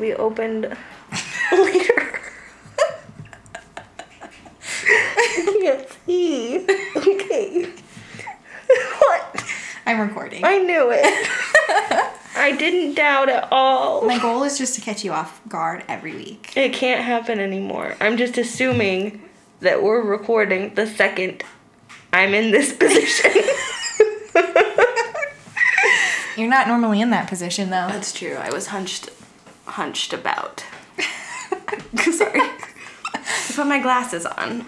be opened later. I can't see. Okay. What? I'm recording. I knew it. I didn't doubt at all. My goal is just to catch you off guard every week. It can't happen anymore. I'm just assuming that we're recording the second I'm in this position. You're not normally in that position though. That's true. I was hunched, hunched about. Sorry. I put my glasses on.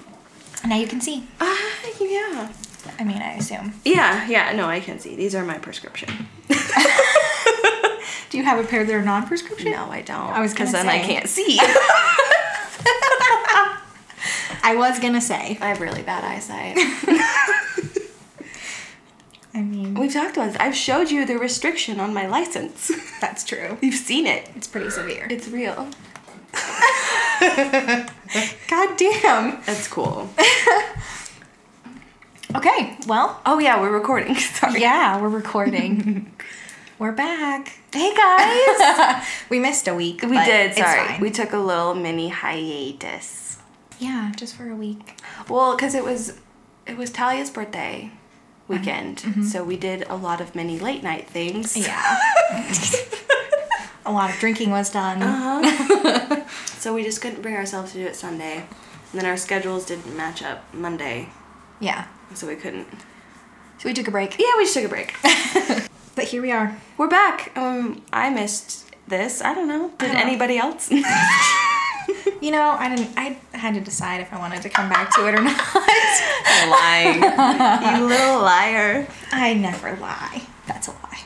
now you can see. Ah, yeah. I mean, I assume. Yeah, yeah. No, I can see. These are my prescription. Do you have a pair that are non-prescription? No, I don't. I was gonna because then I say. can't see. I was gonna say. I have really bad eyesight. I mean, We've talked about this. I've showed you the restriction on my license. that's true. You've seen it. It's pretty severe. It's real. God damn. That's cool. Okay. Well. Oh yeah, we're recording. Sorry. Yeah, we're recording. we're back. Hey guys. we missed a week. we but did. it's Sorry. fine. We took a little mini hiatus. yeah, just for a week. Well, because it was, it was Talia's birthday weekend, Mm-hmm. so we did a lot of mini late night things. Yeah. a lot of drinking was done. Uh-huh. So we just couldn't bring ourselves to do it Sunday. And then our schedules didn't match up Monday, Yeah. so we couldn't. So we took a break. Yeah, we just took a break. But here we are. We're back. Um, I missed this. I don't know. Did don't know. anybody else? You know, I didn't. I had to decide if I wanted to come back to it or not. lying. you little liar. I never lie. That's a lie.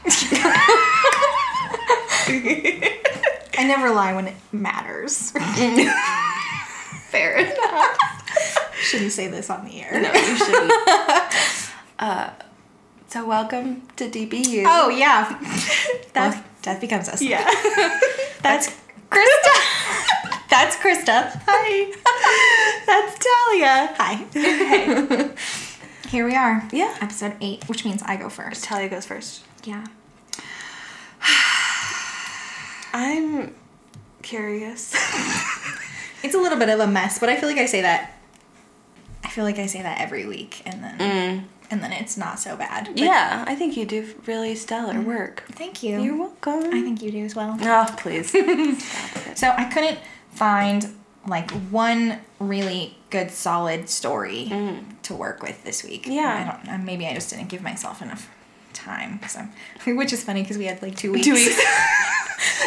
I never lie when it matters. Fair enough. Shouldn't say this on the air. No, you shouldn't. Uh, so welcome to DBU. Oh yeah. That's Well, that becomes us. yeah. That's Krista. That's Krista. Hi. That's Talia. Hi. Here we are. Yeah. Episode eight, which means I go first. Talia goes first. Yeah. I'm curious. It's a little bit of a mess, but I feel like I say that. I feel like I say that every week, and then and then it's not so bad. But Mm. yeah, I think you do really stellar work. Thank you. You're welcome. I think you do as well. Oh, please. So I couldn't find like one really good solid story to work with this week. Yeah. I don't. uh, Maybe I just didn't give myself enough time. Cause I'm, which is funny because we had like two weeks. Two weeks.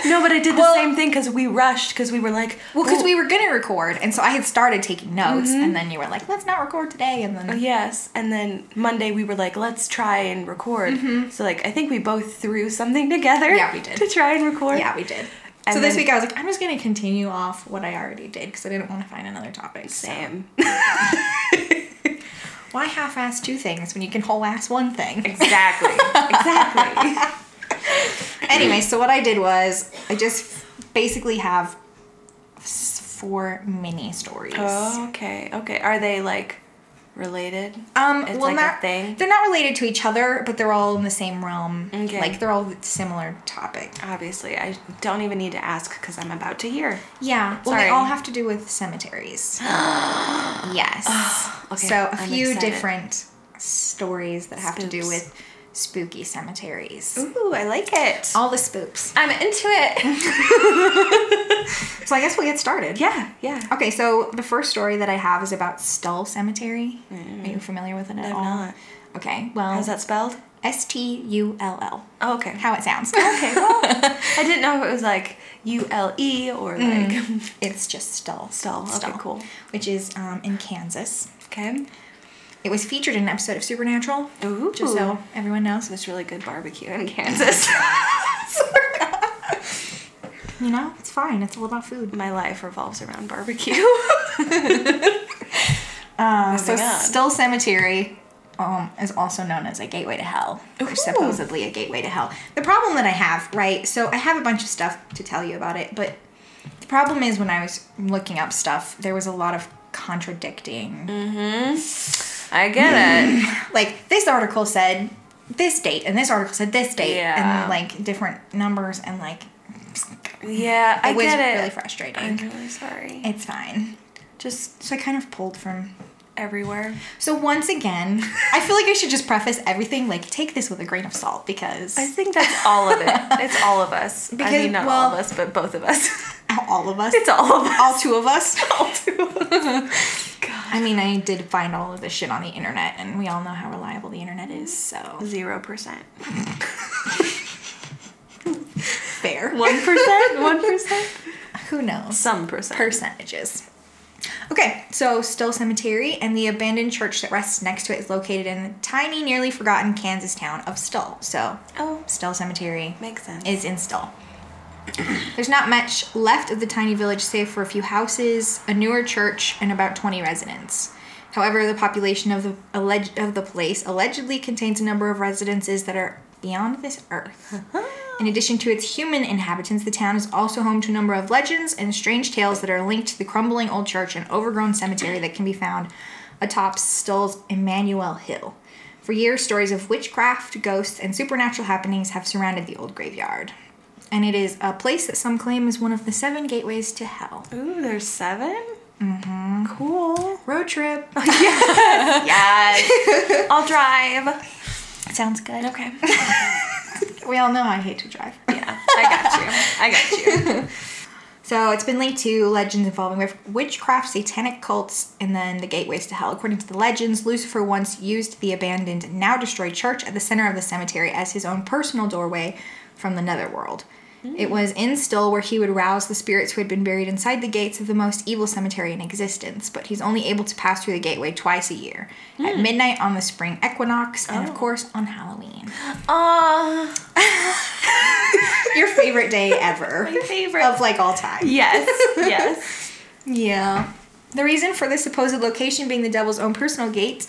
no, but I did the Well- same thing because we rushed because we were like, Well, Mm-hmm. because we were gonna record, and so I had started taking notes, and then you were like, "Let's not record today," and then "Oh, Yes, and then Monday we were like, let's try and record. So like, I think we both threw something together. Mm-hmm. Yeah, we did. to try and record. yeah, we did. And so this then- week I was like, I'm just gonna continue off what I already did because I didn't want to find another topic. So Same. why half-ass two things when you can whole-ass one thing? Exactly. exactly. anyway, so what I did was I just basically have s- four mini stories. okay. Okay. Are they like related? Um, It's well, like a not, thing? They're not related to each other, but they're all in the same realm. Okay. Like they're all similar topic. Obviously, I don't even need to ask because I'm about to hear. Yeah. Well, Sorry. they all have to do with cemeteries. yes. okay, So a I'm few excited. different stories that have to do Spoops. with spooky cemeteries. Ooh, I like it. All the spoops. I'm into it. So I guess we'll get started. yeah. Yeah. Okay, so the first story that I have is about Stull Cemetery. Are you familiar with it at Mm. I'm all? not. Okay, well, How's that spelled? S T U L L. Oh, okay. How it sounds. Okay. Well, I didn't know if it was like U L E or like. it's just Stull. Stull, okay, cool. Which is um, in Kansas. Okay. It was featured in an episode of Supernatural. Ooh. Just so everyone knows, There's really good barbecue in Kansas. you know, it's fine. It's all about food. My life revolves around barbecue. Um, so Moving on. Stull Cemetery um, is also known as a gateway to hell, Ooh. or supposedly a gateway to hell. The problem that I have, right? So I have a bunch of stuff to tell you about it, but the problem is when I was looking up stuff, there was a lot of contradicting. Mm. I get it. Like this article said this date, and this article said this date, Yeah. and like different numbers, and like Yeah, I It was get it. really frustrating. I'm really sorry. It's fine. Just So I kind of pulled from. everywhere. So once again, I feel like I should just preface everything like take this with a grain of salt because I think that's all of it. It's all of us. I Because, mean, not all well- of us, but both of us. all of us, it's all of us. all two of us. all two of us. God. I mean, I did find all of this shit on the internet, and we all know how reliable the internet is. So Zero percent. fair. One percent? One percent? Who knows? Some percent. percentages. Okay, so still cemetery, and the abandoned church that rests next to it is located in the tiny, nearly forgotten Kansas town of Still. So, oh, Still Cemetery makes sense. is in Still. There's not much left of the tiny village save for a few houses, a newer church, and about 20 residents. However, the population of the alleged of the place allegedly contains a number of residences that are beyond this earth. In addition to its human inhabitants, the town is also home to a number of legends and strange tales that are linked to the crumbling old church and overgrown cemetery that can be found atop Stull's Emmanuel Hill. For years, stories of witchcraft, ghosts, and supernatural happenings have surrounded the old graveyard. And it is a place that some claim is one of the seven gateways to hell. Ooh, there's 7 Mm-hmm. Cool. Road trip. Yes. I'll drive. Sounds good. Okay. We all know I hate to drive. Yeah, I got you. I got you. So it's been linked to legends involving wif- witchcraft, satanic cults, and then the gateways to hell. According to the legends, Lucifer once used the abandoned, now destroyed church at the center of the cemetery as his own personal doorway from the netherworld. Hmm. It was in Still where he would rouse the spirits who had been buried inside the gates of the most evil cemetery in existence, but he's only able to pass through the gateway twice a year at Hmm. midnight on the spring equinox and, Oh. of course, on Halloween. Aw, Your favorite day ever. my favorite. Of like all time. yes, yes. Yeah. The reason for this supposed location being the devil's own personal gates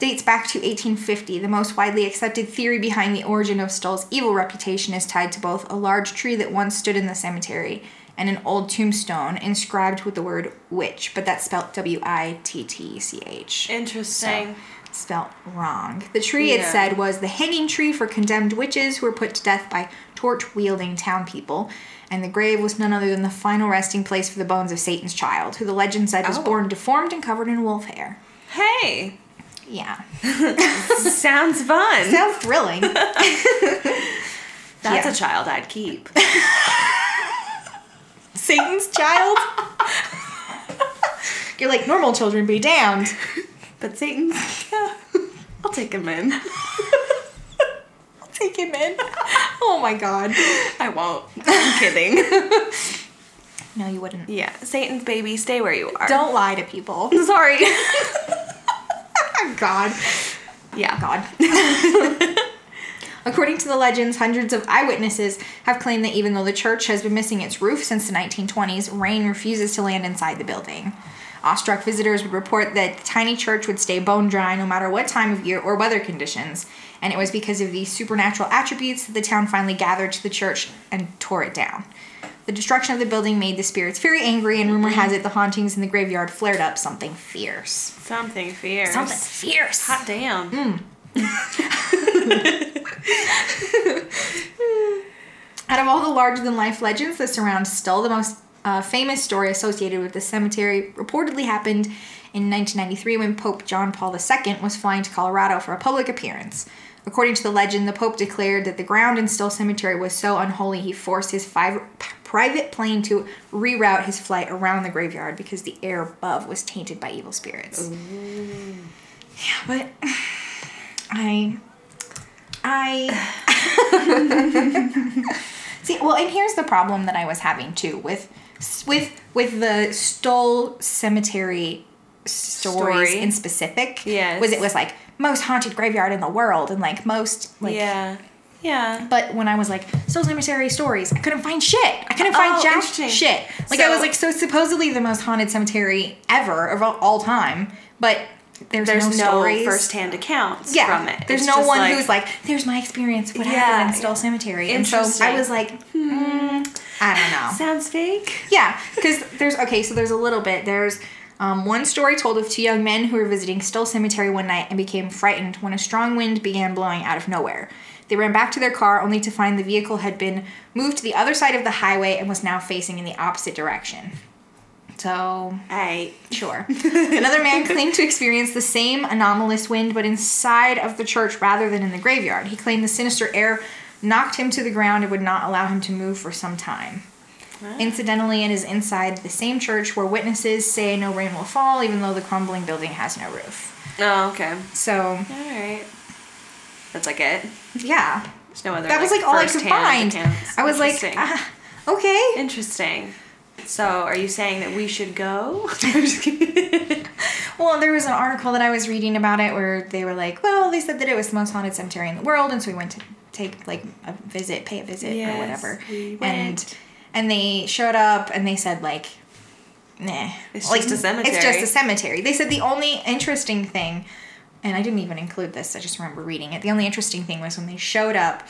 dates back to 1850. The most widely accepted theory behind the origin of Stull's evil reputation is tied to both a large tree that once stood in the cemetery and an old tombstone inscribed with the word witch, but that's spelt W I T T C H Interesting. spelt wrong. The tree, it Yeah. said, was the hanging tree for condemned witches who were put to death by torch wielding town people. And the grave was none other than the final resting place for the bones of Satan's child, who the legend said was Oh. born deformed and covered in wolf hair. Hey, Yeah. sounds fun. Sounds thrilling. That's Yeah. a child I'd keep. Satan's child? You're like, normal children be damned. But Satan, yeah, I'll take him in. I'll take him in. Oh my god. I won't. I'm kidding. No, you wouldn't. Yeah, Satan's baby, stay where you are. Don't lie to people. Sorry. Oh, god. Yeah. God. According to the legends, hundreds of eyewitnesses have claimed that even though the church has been missing its roof since the 1920s, rain refuses to land inside the building. Awestruck visitors would report that the tiny church would stay bone dry no matter what time of year or weather conditions, and it was because of these supernatural attributes that the town finally gathered to the church and tore it down. The destruction of the building made the spirits very angry, and rumor has it the hauntings in the graveyard flared up something fierce. Something fierce. Something fierce! Hot damn. Out of all the larger than life legends that surround Still, the most uh, famous story associated with the cemetery reportedly happened in 1993 when Pope John Paul II was flying to Colorado for a public appearance. According to the legend, the Pope declared that the ground in Still Cemetery was so unholy he forced his five, p- private plane to reroute his flight around the graveyard because the air above was tainted by evil spirits. Yeah, but I. I. See, well, and here's the problem that I was having too with with with the Stoll Cemetery stories Story. in specific. Yes. was it was like most haunted graveyard in the world and like most like. yeah. Yeah. But when I was like Stoll Cemetery stories, I couldn't find shit. I couldn't find Oh, jack interesting. shit. Like I So- was like, so it's supposedly the most haunted cemetery ever of all- all time, but there's, There's no, no, stories. first-hand accounts yeah, from it. there's It's no just one who's like, there's my experience. What Yeah. happened in Stoll Cemetery? And so I Interesting. was like, hmm, I don't know. sounds fake. Yeah, because there's okay, so there's a little bit. There's um, one story told of two young men who were visiting Still Cemetery one night and became frightened when a strong wind began blowing out of nowhere. They ran back to their car only to find the vehicle had been moved to the other side of the highway and was now facing in the opposite direction. So, I Sure. Another man claimed to experience the same anomalous wind, but inside of the church rather than in the graveyard. He claimed the sinister air knocked him to the ground and would not allow him to move for some time. Incidentally, it is inside the same church where witnesses say no rain will fall, even though the crumbling building has no roof. Oh, okay. So, All right. That's like it. yeah. There's no other. That was like all I could firsthand find. accounts. I was like, Interesting. ah, okay. Interesting. So, are you saying that we should go? I'm just kidding. Well, there was an article that I was reading about it where they were like, well, they said that it was the most haunted cemetery in the world, and so we went to take like a visit, pay a visit Yes, or whatever. we And went. and they showed up and they said like nah. It's like, just a It's cemetery. just a cemetery. They said the only interesting thing and I didn't even include this, I just remember reading it. The only interesting thing was when they showed up,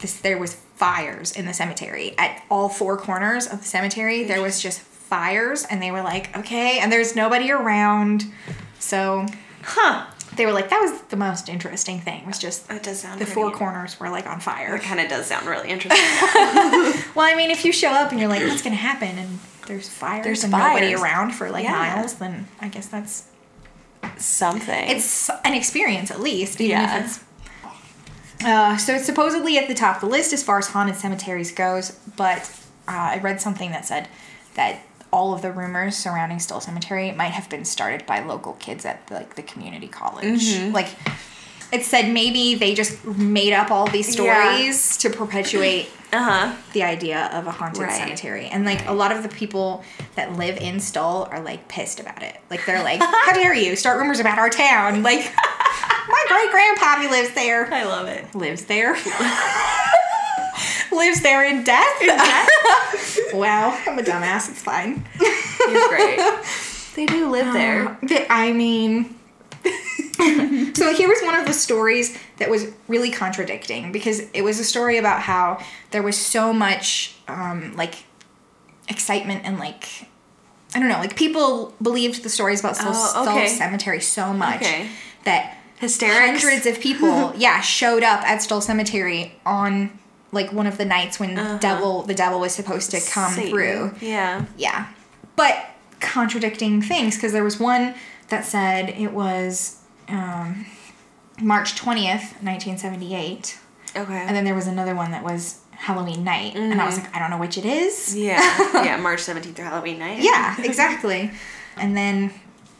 this there was fires in the cemetery. At all four corners of the cemetery, there was just fires and they were like, Okay, and there's nobody around. So huh? they were like, that was the most interesting thing was just That does sound. the pretty- four corners were like on fire. That kind of does sound really interesting. Well, I mean, if you show up and you're like, what's gonna happen, and there's fires There's and nobody fires. around for like Yeah. miles, then I guess that's Something. it's an experience at least. Even Yeah. If it's, uh, so it's supposedly at the top of the list as far as haunted cemeteries goes, but uh, I read something that said that all of the rumors surrounding Still Cemetery might have been started by local kids at like the community college, Mm-hmm. like. It said maybe they just made up all these Yeah. stories to perpetuate uh huh. the idea of a haunted Right. cemetery. And like a lot of the people that live in Stull are like pissed about it. Like they're like, How dare you start rumors about our town? Like my great grandpappy lives there. I love it. Lives there. lives there in death. wow, I'm a dumbass, it's fine. It's great. Uh-huh. they do live there. But Uh, I mean So here was one of the stories that was really contradicting because it was a story about how there was so much um, like excitement and like I don't know, like people believed the stories about Soul, Oh, Soul okay. Cemetery so much Okay. that Hysterics. hundreds of people, yeah, showed up at Stoll Cemetery on like one of the nights when Uh-huh. devil the devil was supposed to come Satan. through. Yeah. Yeah. But contradicting things because there was one that said it was um, March 20th, 1978. Okay. And then there was another one that was Halloween night. And I was Mm-hmm. like, I don't know which it is. yeah. Yeah. March seventeenth or Halloween night. Yeah, exactly. and then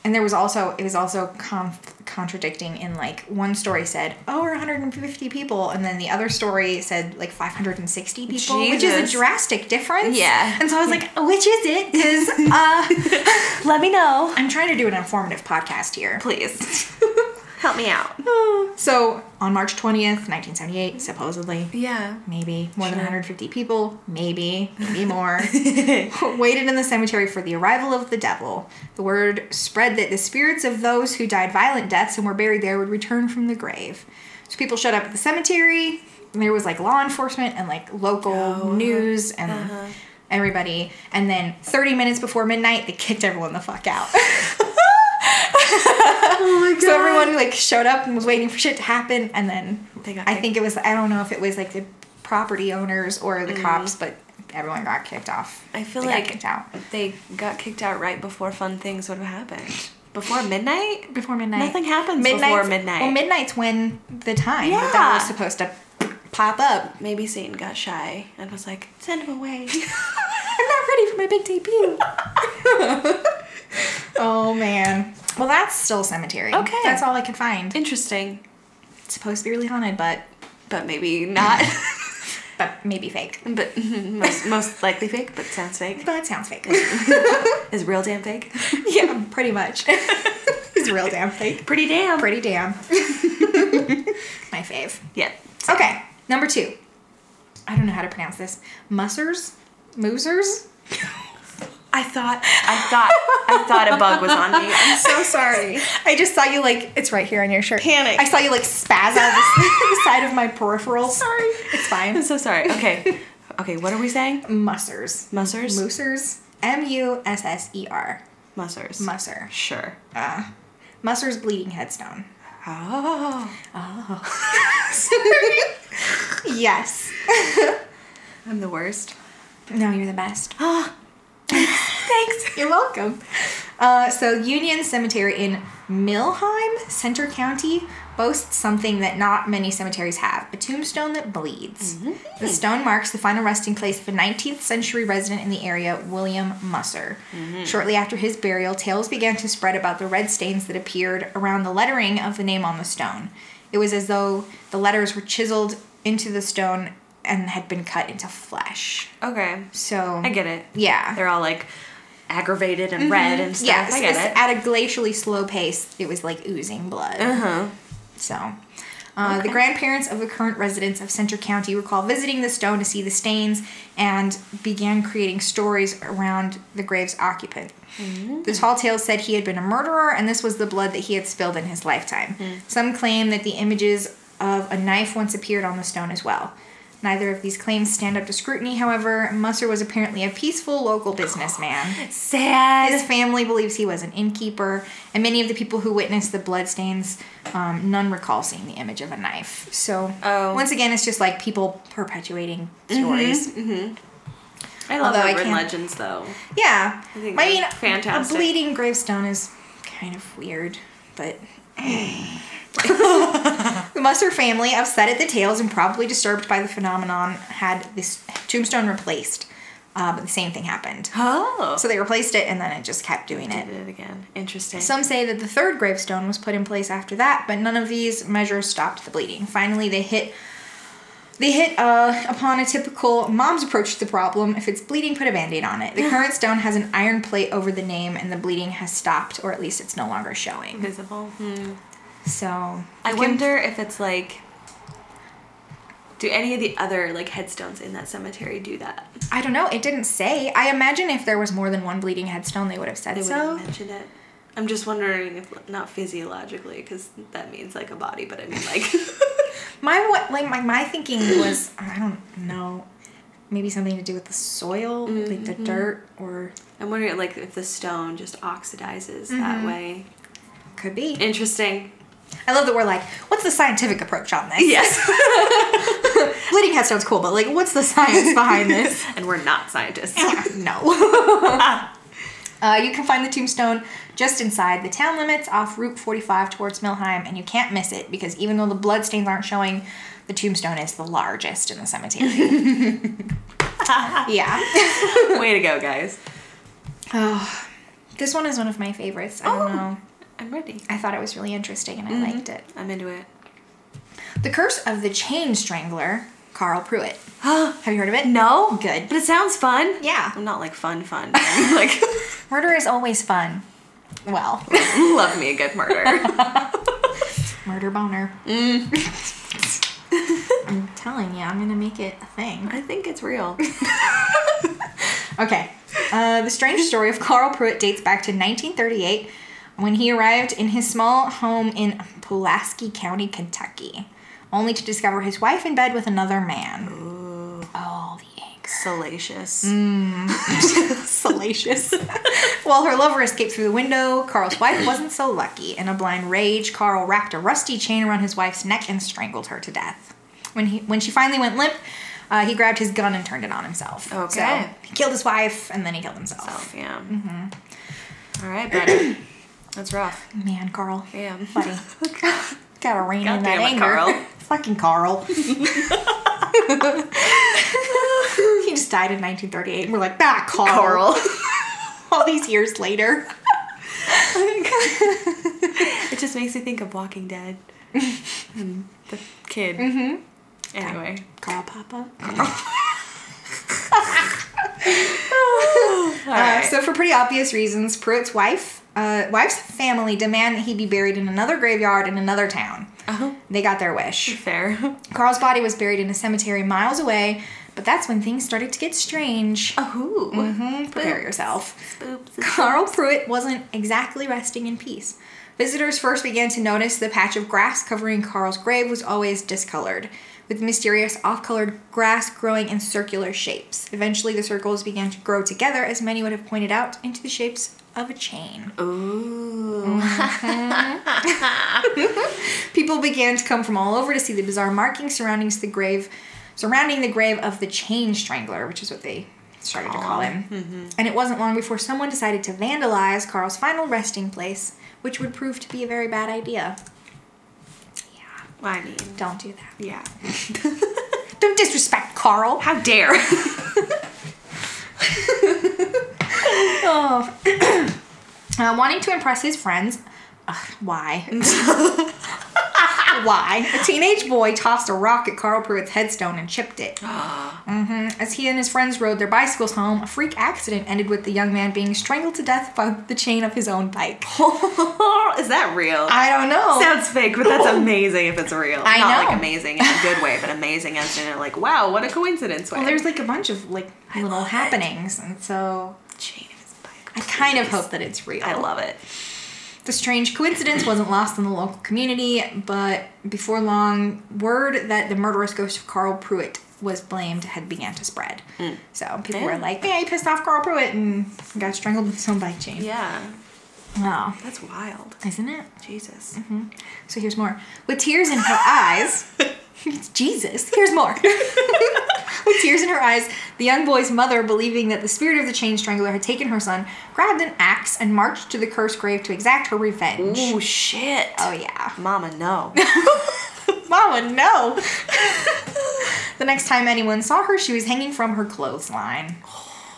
and there was also it was also conf- contradicting in like one story said oh we're 150 people and then the other story said like 560 people which is Jesus. a drastic difference Yeah. and so i was like which is it because uh, Let me know, i'm trying to do an informative podcast here please. Help me out. so on march 20th 1978 supposedly Yeah. maybe more than Sure. 150 people, maybe, maybe more, waited in the cemetery for the arrival of the devil. The word spread that the spirits of those who died violent deaths and were buried there would return from the grave. So people showed up at the cemetery, and there was like law enforcement and like local news and everybody. And then 30 minutes before midnight, they kicked everyone the fuck out. Oh my god. So everyone like showed up and was waiting for shit to happen, and then They got I kicked. think it was I don't know if it was like the property owners or the cops, but everyone got kicked off. Mm-hmm. I feel They like got kicked out they got kicked out right before fun things would have happened. Before midnight? before midnight. Nothing happens before Midnight's- midnight. Well, midnight's when the time the Yeah. devil is supposed to pop up. Maybe Satan got shy and was like, send him away. I'm not ready for my big debut. oh man. Well, that's still cemetery. Okay. that's all I could find. Interesting. It's supposed to be really haunted, but But maybe not. but maybe fake. but most, most likely fake, but sounds fake. But it sounds fake. Is real damn fake? yeah, pretty much. it's real damn fake. Pretty damn. Pretty damn. My fave. Yeah. Okay, number two. I don't know how to pronounce this. Mussers? Moosers? I thought, I thought, I thought a bug was on me. I'm so sorry. I just saw you like, it's right here on your shirt. Panic. I saw you like spaz out of the side of my peripherals. Sorry. It's I'm fine. so sorry. Okay. Okay, what are we saying? Mussers. Mussers? Moosers? M U S S E R. Mussers. Musser. sure. Uh, Musser's Bleeding Headstone. Oh. Sorry. yes. I'm the worst. No, you're the best. Ah. Thanks. You're welcome. Uh, so, Union Cemetery in Milheim, Center County, boasts something that not many cemeteries have a tombstone that bleeds. Mm-hmm. The stone marks the final resting place of a 19th century resident in the area, William Musser. Mm-hmm. Shortly after his burial, tales began to spread about the red stains that appeared around the lettering of the name on the stone. It was as though the letters were chiseled into the stone and had been cut into flesh. Okay. So I get it. Yeah. They're all like aggravated and red and stuff. Yeah, I so get it's it. at a glacially slow pace, it was like oozing blood. uh-huh. So, uh, the grandparents of the current residents of Center County recall visiting the stone to see the stains and began creating stories around the grave's occupant. Mm-hmm. The tall tale said he had been a murderer and this was the blood that he had spilled in his lifetime. Hmm. Some claim that the images of a knife once appeared on the stone as well. Neither of these claims stand up to scrutiny, however. Musser was apparently a peaceful local businessman. His Sad. family believes he was an innkeeper, and many of the people who witnessed the bloodstains, um, none recall seeing the image of a knife. So, Oh. Mm-hmm. once again, it's just like people perpetuating stories. I love Although I urban can't- legends though. Yeah. I, think mean, that's fantastic. a bleeding gravestone is kind of weird, but. the Musser family, upset at the tales and probably disturbed by the phenomenon, had this tombstone replaced. Uh, but the same thing happened. Oh. So they replaced it and then it just kept doing it. did it again. Interesting. Some say that the third gravestone was put in place after that, but none of these measures stopped the bleeding. Finally, they hit they hit uh, upon a typical mom's approach to the problem. If it's bleeding, put a band-aid on it. The current stone has an iron plate over the name, and the bleeding has stopped, or at least it's no longer showing. visible. So I you can- wonder if it's like. Do any of the other like headstones in that cemetery do that? I don't know. It didn't say. I imagine if there was more than one bleeding headstone, they would have said They so. wouldn't mention it. I'm just wondering if not physiologically, because that means like a body, but I mean like. My what like my, my thinking was I don't know, maybe something to do with the soil, like Mm-hmm. the dirt, or I'm wondering like if the stone just oxidizes that way. could be. Interesting. I love that we're like, what's the scientific approach on this? Yes. Bleeding headstone's cool, but like, what's the science behind this? and we're not scientists. no. uh, you can find the tombstone just inside the town limits off Route 45 towards Milheim, and you can't miss it because even though the bloodstains aren't showing, the tombstone is the largest in the cemetery. yeah. Way to go, guys. Oh, this one is one of my favorites. I Oh. Mm-hmm. don't know. I'm ready. I thought it was really interesting and I liked it. I'm into it. The Curse of the Chain Strangler, Carl Pruitt. Have you heard of it? no. Good. But it sounds fun. Yeah. I'm not like fun, fun. but I'm, like, Murder is always fun. Well, love me a good murder. murder boner. I'm telling you, I'm gonna make it a thing. I think it's real. Okay. Uh, the strange story of Carl Pruitt dates back to 1938 when he arrived in his small home in Pulaski County, Kentucky, only to discover his wife in bed with another man. Oh, the angst. Salacious. Mm. Salacious. While her lover escaped through the window, Carl's wife wasn't so lucky. In a blind rage, Carl wrapped a rusty chain around his wife's neck and strangled her to death. When he when she finally went limp, uh, he grabbed his gun and turned it on himself. Okay. So he killed his wife and then he killed himself. So, yeah. Oh, All right, buddy. That's rough. Man, Carl. Yeah. Buddy. Gotta rein in that Goddamn it, anger. Carl. Fucking Carl. he just died in 1938. We're like, ah, Carl. All these years later. It just makes me think of Walking Dead and the kid. Mm-hmm. Anyway. Carl Papa. All right. Uh, so, for pretty obvious reasons, Pruitt's wife, uh, wife's family demand that he be buried in another graveyard in another town. Uh-huh. They got their wish. Fair. Carl's body was buried in a cemetery miles away, but that's when things started to get strange. Oh. Mhm, prepare yourself. Oops. Carl Pruitt wasn't exactly resting in peace. Visitors first began to notice the patch of grass covering Carl's grave was always discolored, with mysterious off colored grass growing in circular shapes. Eventually, the circles began to grow together, as many would have pointed out, into the shapes of a chain. Ooh. People began to come from all over to see the bizarre markings surrounding the grave, surrounding the grave of the chain strangler, which is what they started to call him. And it wasn't long before someone decided to vandalize Carl's final resting place, which would prove to be a very bad idea. Yeah, Well, I mean, don't do that. yeah. Don't disrespect Carl. How dare? Oh. uh, wanting to impress his friends. Ugh, why? why? A teenage boy tossed a rock at Carl Pruitt's headstone and chipped it. hmm As he and his friends rode their bicycles home, a freak accident ended with the young man being strangled to death by the chain of his own bike. Is that real? I don't know. Sounds fake, but that's amazing if it's real. Oh. I Not know. like amazing in a good way, but amazing as in a, like, wow, what a coincidence. Way. well, there's like a bunch of like little happenings, and so chain of his bike. I kind of hope that it's real. I love it. The strange coincidence wasn't lost in the local community, but before long, word that the murderous ghost of Carl Pruitt was blamed had began to spread. So people Hmm. Yeah. were like, "Hey, he pissed off Carl Pruitt and got strangled with his own bike chain." Yeah. Wow, That's wild. isn't it? Jesus. Mm-hmm. So here's more. With tears in her eyes, Jesus, here's more. With tears in her eyes, the young boy's mother, believing that the spirit of the chain strangler had taken her son, grabbed an axe and marched to the cursed grave to exact her revenge. Oh, shit. Oh yeah. Mama, no. Mama, no. the next time anyone saw her, she was hanging from her clothesline.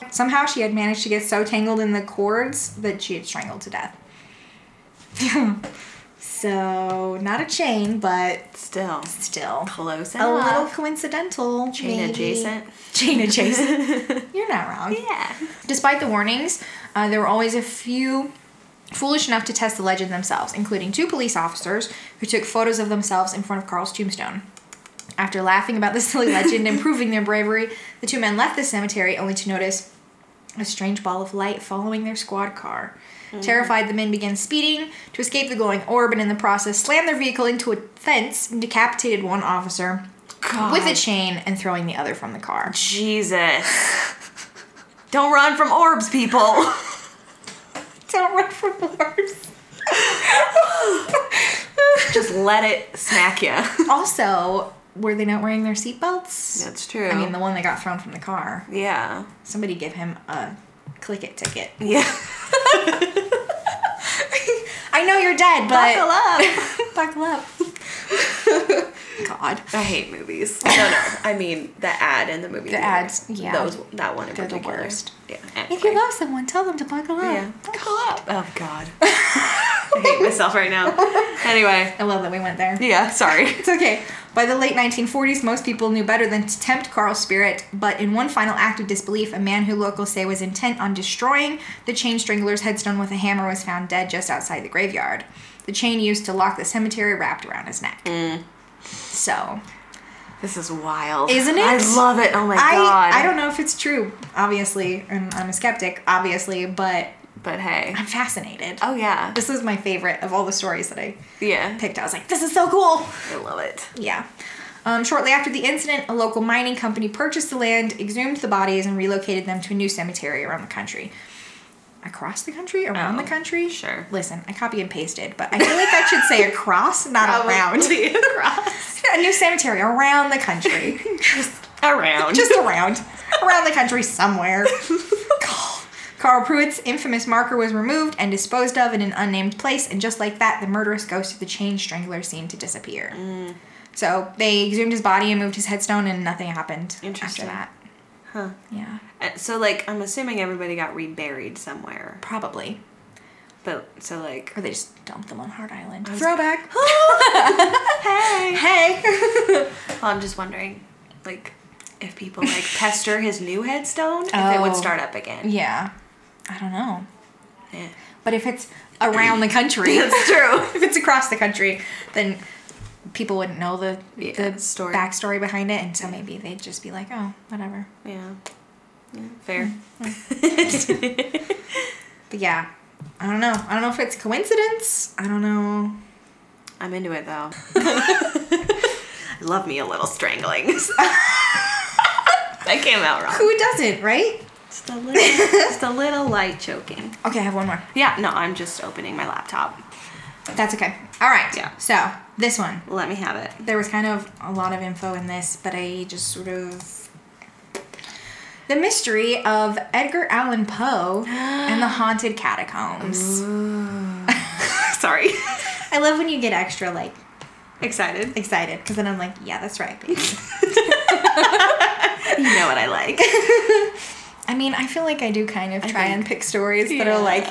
Somehow she had managed to get so tangled in the cords that she had strangled to death. so, not a chain, but Still. still. Close A enough. little coincidental. Chain maybe. adjacent. Chain adjacent. You're not wrong. Yeah. Despite the warnings, uh, there were always a few foolish enough to test the legend themselves, including two police officers who took photos of themselves in front of Carl's tombstone. After laughing about the silly legend and proving their bravery, the two men left the cemetery only to notice a strange ball of light following their squad car. Terrified, the men began speeding to escape the glowing orb and, in the process, slammed their vehicle into a fence and decapitated one officer God. with a chain and throwing the other from the car. Jesus. Don't run from orbs, people. Don't run for horse. Just let it smack you. also, were they not wearing their seatbelts? That's true. I mean, the one that got thrown from the car. yeah. Somebody give him a click it ticket. Yeah. I know you're dead, Buckle but up. buckle up. God. I hate movies. No, no. I mean the ad in the movie. The theater. ads, yeah. Those that one in They're the particular. worst. Yeah. If you anyway. love someone, tell them to buckle up. yeah. Buckle up. Oh God. I hate myself right now. Anyway. I love that we went there. Yeah. Sorry. It's okay. By the late 1940s, most people knew better than to tempt Carl's spirit, but in one final act of disbelief, a man who locals say was intent on destroying the chain strangler's headstone with a hammer was found dead just outside the graveyard. The chain used to lock the cemetery wrapped around his neck. Mm. So, This is wild. Isn't it? I love it. Oh my I, God. I don't know if it's true, obviously, and I'm a skeptic, obviously, but But hey. I'm fascinated. Oh yeah. This is my favorite of all the stories that I Yeah. picked. I was like, this is so cool! I love it. Yeah. Um, shortly after the incident, a local mining company purchased the land, exhumed the bodies, and relocated them to a new cemetery around the country. Across the country? Around Oh, the country? sure. Listen, I copy and pasted, but I feel like I should say across, not around. Probably across. a new cemetery around the country. Around. Just around. around the country somewhere. Carl Pruitt's infamous marker was removed and disposed of in an unnamed place, and just like that, the murderous ghost of the chain strangler seemed to disappear. Mm. So they exhumed his body and moved his headstone, and nothing happened after Interesting. that. Huh. Yeah, Uh, So like I'm assuming everybody got reburied somewhere. probably. But so like Or they just dumped them on Hard Island. was- Throwback. hey. hey. Well, I'm just wondering, like, if people like pester his new headstone, if it Oh. would start up again. yeah. I don't know. Yeah. But if it's around the country, It's true. if it's across the country, then people wouldn't know the Yeah, the story. backstory behind it, and so maybe they'd just be like, "Oh, whatever." Yeah. Yeah, Fair. But yeah, I don't know. I don't know if it's coincidence. I don't know. I'm into it though. Love me a little strangling. that came out wrong. Who doesn't, right? Just a little, just a little light choking. Okay, I have one more. Yeah, no, I'm just opening my laptop. That's okay. All right. Yeah. So this one, Let me have it. there was kind of a lot of info in this, but I just sort of. The mystery of Edgar Allan Poe and the haunted catacombs. Sorry. I love when you get extra like Excited. excited because then I'm like, yeah, that's right, baby. You know what I like. I mean, I feel like I do kind of try and pick stories that Yeah. are like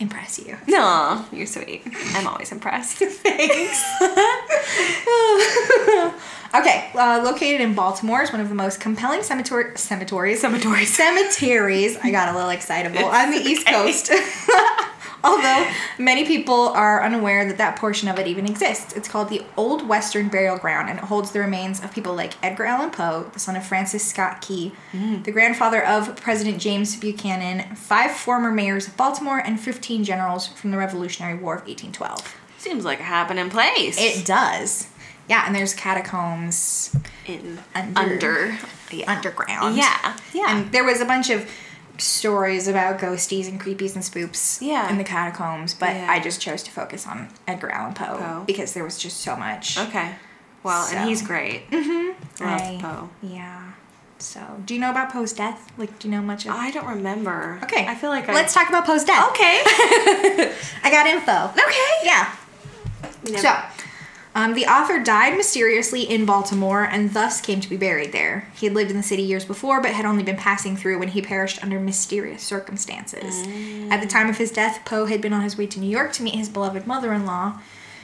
impress you. No, you're sweet. I'm always impressed. Okay, uh, located in Baltimore is one of the most compelling cemetery cemeteries. Cemeteries. Cemeteries. I got a little excitable on the East Coast. Although many people are unaware that that portion of it even exists. It's called the Old Western Burial Ground, and it holds the remains of people like Edgar Allan Poe, the son of Francis Scott Key, the grandfather of President James Buchanan, five former mayors of Baltimore, and 15 generals from the Revolutionary War of 1812. Seems like a happening place. It does. Yeah, and there's catacombs in Under. under. the underground. Yeah. Yeah. And there was a bunch of stories about ghosties and creepies and spoops Yeah. in the catacombs, but Yeah. I just chose to focus on Edgar Allan Poe Poe. because there was just so much. okay. Well, So. Mm. and he's great. Mm-hmm. Love I- Poe. Yeah. So, do you know about Poe's death? Like, do you know much of I don't remember. Okay. I feel like I. Let's talk about Poe's death. Okay. I got info. okay. Yeah. Never- So, um, the author died mysteriously in Baltimore and thus came to be buried there. He had lived in the city years before, but had only been passing through when he perished under mysterious circumstances. At the time of his death, Poe had been on his way to New York to meet his beloved mother in law.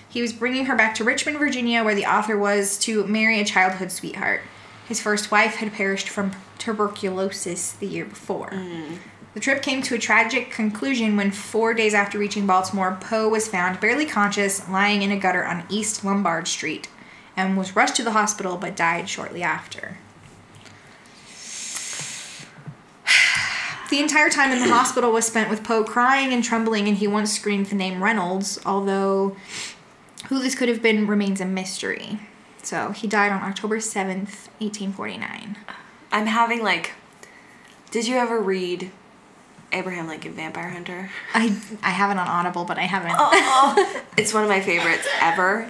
He was bringing her back to Richmond, Virginia, where the author was to marry a childhood sweetheart. His first wife had perished from tuberculosis the year before. The trip came to a tragic conclusion when, four days after reaching Baltimore, Poe was found barely conscious, lying in a gutter on East Lombard Street, and was rushed to the hospital but died shortly after. The entire time in the hospital was spent with Poe crying and trembling, and he once screamed the name Reynolds, although who this could have been remains a mystery. So he died on October 7th, 1849. I'm having like. Did you ever read Abraham Lincoln Vampire Hunter? I, I have it on Audible, but I haven't. Uh-uh. Oh, it's one of my favorites ever.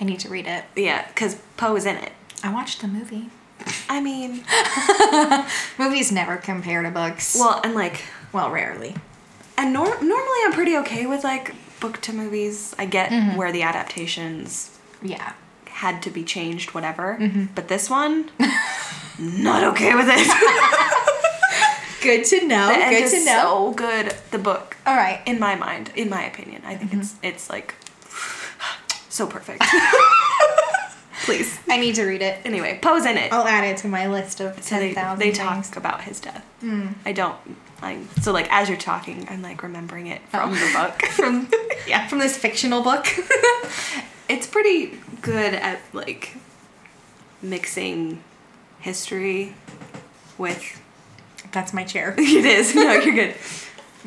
I need to read it. Yeah, because Poe is in it. I watched the movie. I mean, Movies never compare to books. Well, well, and like, rarely. and nor- normally I'm pretty okay with like book to movies. I get Mm-hmm. where the adaptations Yeah. had to be changed, whatever. Mm-hmm. But this one, not okay with it. Good to know. the end Good is to know. so good. The book, All right. in my mind, in my opinion, I Mm-hmm. think it's it's like so perfect. Please. I need to read it. Anyway, Poe's in it. I'll add it to my list of So they, 10,000 they Oh, things. Mm. talk about his death. I don't. I, so like as you're talking, I'm like remembering it from Oh. the book. From, yeah, from this fictional book. it's pretty good at like mixing history with. That's my chair. It is no, you're good.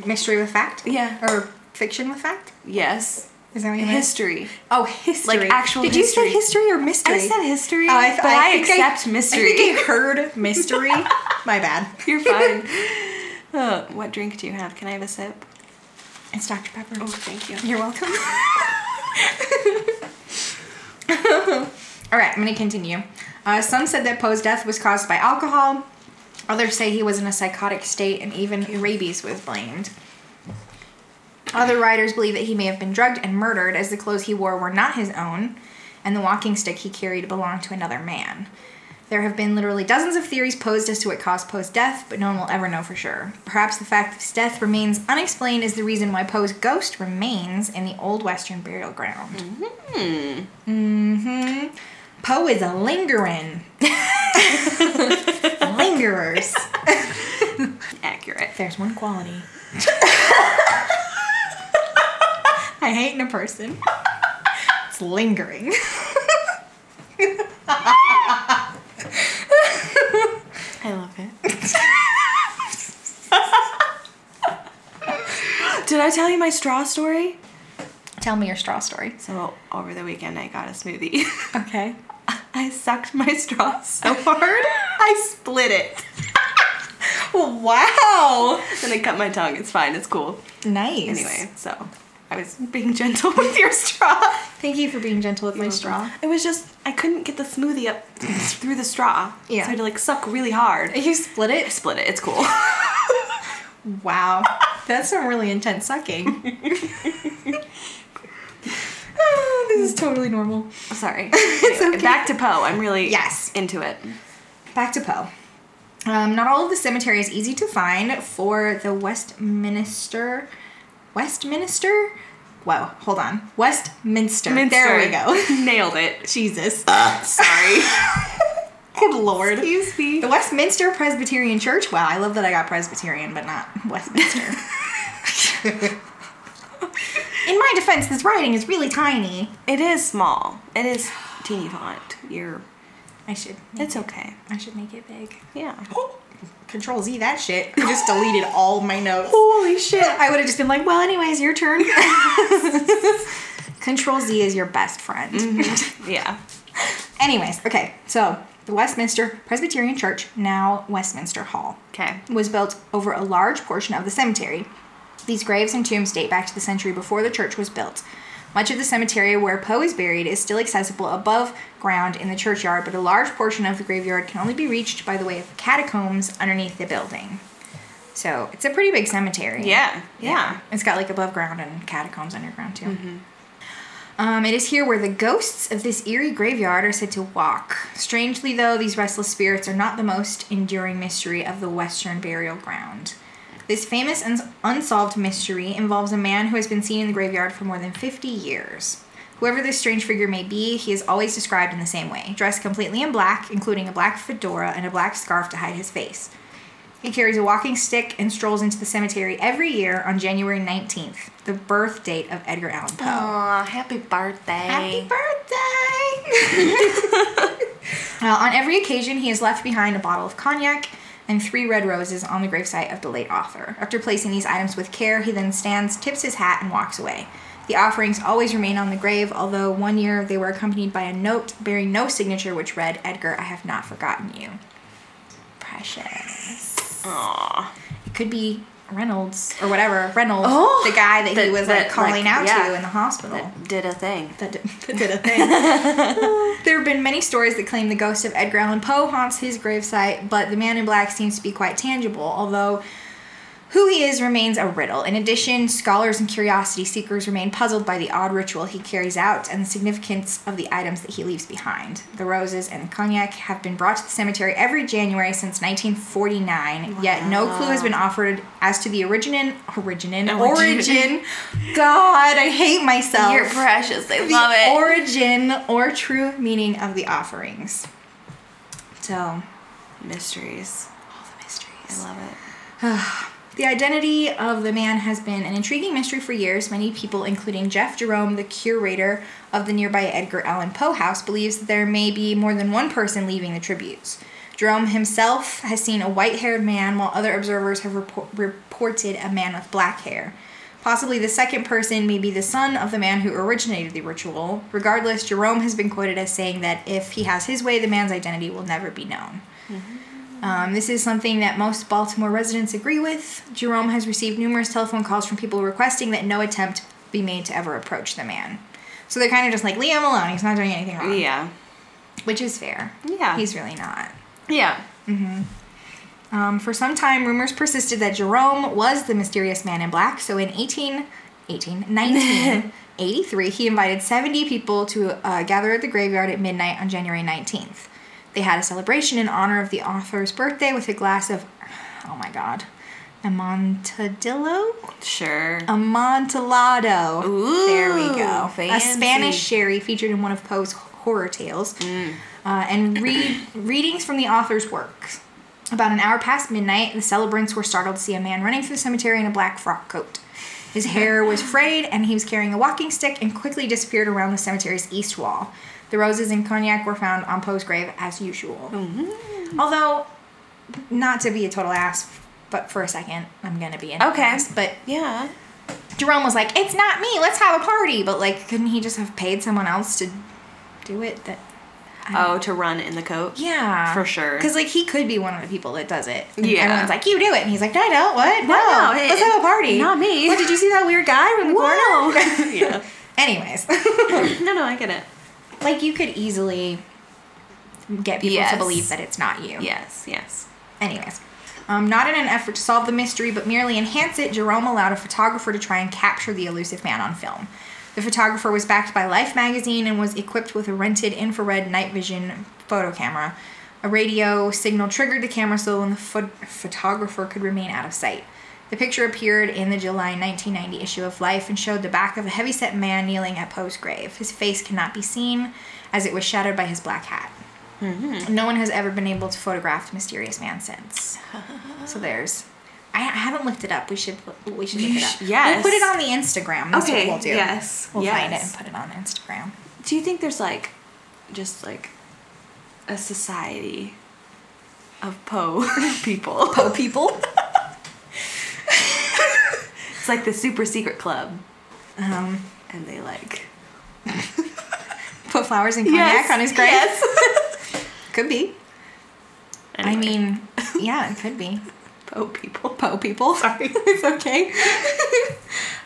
Mystery with fact? Yeah. Or fiction with fact? Yes, Is that what you meant? history. Oh, history. Like actual Did you history. say history or mystery? I said history, Oh, I th- but I, think accept mystery. I think I heard mystery. my bad. You're fine. Uh, what drink do you have? Can I have a sip? It's Dr. Pepper. Oh, thank you. You're welcome. All right, I'm going to continue. Uh, some said that Poe's death was caused by alcohol. Others say he was in a psychotic state, and even rabies was blamed. Other writers believe that he may have been drugged and murdered, as the clothes he wore were not his own, and the walking stick he carried belonged to another man. There have been literally dozens of theories posed as to what caused Poe's death, but no one will ever know for sure. Perhaps the fact that his death remains unexplained is the reason why Poe's ghost remains in the old Western burial ground. Hmm. Mm-hmm. Poe is a lingerin. Lingerers. Accurate. There's one quality. I hate in a person. It's lingering. I love it. Did I tell you my straw story? Tell me your straw story. So over the weekend, I got a smoothie. Okay. I sucked my straw so hard, I split it. wow. Then I cut my tongue. It's fine. It's cool. Nice. Anyway, so I was being gentle with your straw. Thank you for being gentle with my straw. It was just I couldn't get the smoothie up through the straw. Yeah. So I had to like suck really hard. You split I it? split it. It's cool. Wow. That's some really intense sucking. Oh, this is totally normal. Sorry. It's Anyway, okay. Back to Poe. I'm really Yes. into it. Back to Poe. Um, not all of the cemetery is easy to find for the Westminster. Westminster? Whoa, hold on. Westminster. There we go. Nailed it. Jesus. Sorry. Good lord. Excuse me. The Westminster Presbyterian Church. Wow, I love that I got Presbyterian, but not Westminster. In my defense, this writing is really tiny. It is small. It is teeny font. You're. I should. It's okay. I should make it big. Yeah. Oh, Control Z that shit. I just deleted all of my notes. Holy shit. I would have just been like, well, anyways, your turn. Control Z is your best friend. Yeah. Anyways, okay, so the Westminster Presbyterian Church, now Westminster Hall. Okay. was built over a large portion of the cemetery. These graves and tombs date back to the century before the church was built. Much of the cemetery where Poe is buried is still accessible above ground in the churchyard, but a large portion of the graveyard can only be reached by the way of catacombs underneath the building. So it's a pretty big cemetery. Yeah. Yeah. It's got like above ground and catacombs underground too. Mm-hmm. Um, it is here where the ghosts of this eerie graveyard are said to walk. Strangely, though, these restless spirits are not the most enduring mystery of the Western burial ground. This famous and unsolved mystery involves a man who has been seen in the graveyard for more than 50 years. Whoever this strange figure may be, he is always described in the same way, dressed completely in black, including a black fedora and a black scarf to hide his face. He carries a walking stick and strolls into the cemetery every year on January 19th, the birth date of Edgar Allan Poe. Aw, happy birthday. Happy birthday! Uh, on every occasion, he has left behind a bottle of cognac and three red roses on the gravesite of the late author. After placing these items with care, he then stands, tips his hat, and walks away. The offerings always remain on the grave, although one year they were accompanied by a note bearing no signature which read, Edgar, I have not forgotten you. Precious. Aw. It could be Reynolds or whatever. Reynolds, Oh, the guy that, he that- was like that, calling like, out yeah. to in the hospital. That did a thing. That did, that did a thing. there have been many stories that claim the ghost of Edgar Allan Poe haunts his gravesite, but the man in black seems to be quite tangible, although who he is remains a riddle. In addition, scholars and curiosity seekers remain puzzled by the odd ritual he carries out and the significance of the items that he leaves behind. The roses and the cognac have been brought to the cemetery every January since 1949, yet no clue has been offered as to the origin, origin, origin. Origin. God, I hate myself You're precious. They the love it. origin or true meaning of the offerings. So, Mysteries. all the I mysteries. love it. The identity of the man has been an intriguing mystery for years. Many people, including Jeff Jerome, the curator of the nearby Edgar Allan Poe house, believes that there may be more than one person leaving the tributes. Jerome himself has seen a white haired man, while other observers have repor- reported a man with black hair. Possibly the second person may be the son of the man who originated the ritual. Regardless, Jerome has been quoted as saying that if he has his way, the man's identity will never be known. Um, this is something that most Baltimore residents agree with. Jerome has received numerous telephone calls from people requesting that no attempt be made to ever approach the man. So they're kind of just like, leave him alone. He's not doing anything wrong. Yeah. Which is fair. Yeah. He's really not. Yeah. Um, for some time, rumors persisted that Jerome was the mysterious man in black. So in 18, 18 1983, he invited 70 people to uh, gather at the graveyard at midnight on January 19th. They had a celebration in honor of the author's birthday with a glass of, oh my god, Amontadillo? Sure. Amontillado. there we go. Ooh, A fancy. Spanish sherry featured in one of Poe's horror tales, Mm. uh, and read, readings from the author's works. About an hour past midnight, the celebrants were startled to see a man running through the cemetery in a black frock coat. His hair was frayed, and he was carrying a walking stick and quickly disappeared around the cemetery's east wall. The roses and cognac were found on Poe's grave as usual. Mm-hmm. Although, not to be a total ass, but for a second, I'm gonna be an Okay. ass. But yeah. Jerome was like, "It's not me. Let's have a party." But like, couldn't he just have paid someone else to do it? That Oh, to run in the coat? Yeah. For sure. Because, like, he could be one of the people that does it. And Yeah. Everyone's like, you do it. And he's like, no, I don't. What? No. No, no, it- Let's have a party. not me. What, did you see that weird guy in the Whoa. corner? Yeah. Anyways. No, no, I get it. like, you could easily get people Yes. to believe that it's not you. Yes, yes. Anyways, um, not in an effort to solve the mystery, but merely enhance it, Jerome allowed a photographer to try and capture the elusive man on film. The photographer was backed by Life magazine and was equipped with a rented infrared night vision photo camera. A radio signal triggered the camera so when the pho- photographer could remain out of sight. The picture appeared in the July 1990 issue of Life and showed the back of a heavyset man kneeling at Poe's grave. His face cannot be seen as it was shadowed by his black hat. No one has ever been able to photograph the mysterious man since. So there's. I I haven't looked it up. We should. We should look it up. Yes. We'll put it on the Instagram. That's Okay, What we'll do. yes, We'll find it yes. and put it on Instagram. Do you think there's like just like a society of Poe people? Po people. It's like the super secret club um, and they like put flowers and cognac on his grave. Could be. I Anyway, mean, yeah, it could be. Poe people. Po people. Sorry, it's okay.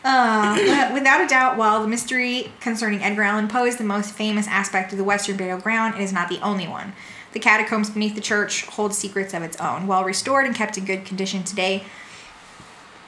uh, wi- without a doubt, while the mystery concerning Edgar Allan Poe is the most famous aspect of the Western burial ground, it is not the only one. The catacombs beneath the church hold secrets of its own. While restored and kept in good condition today,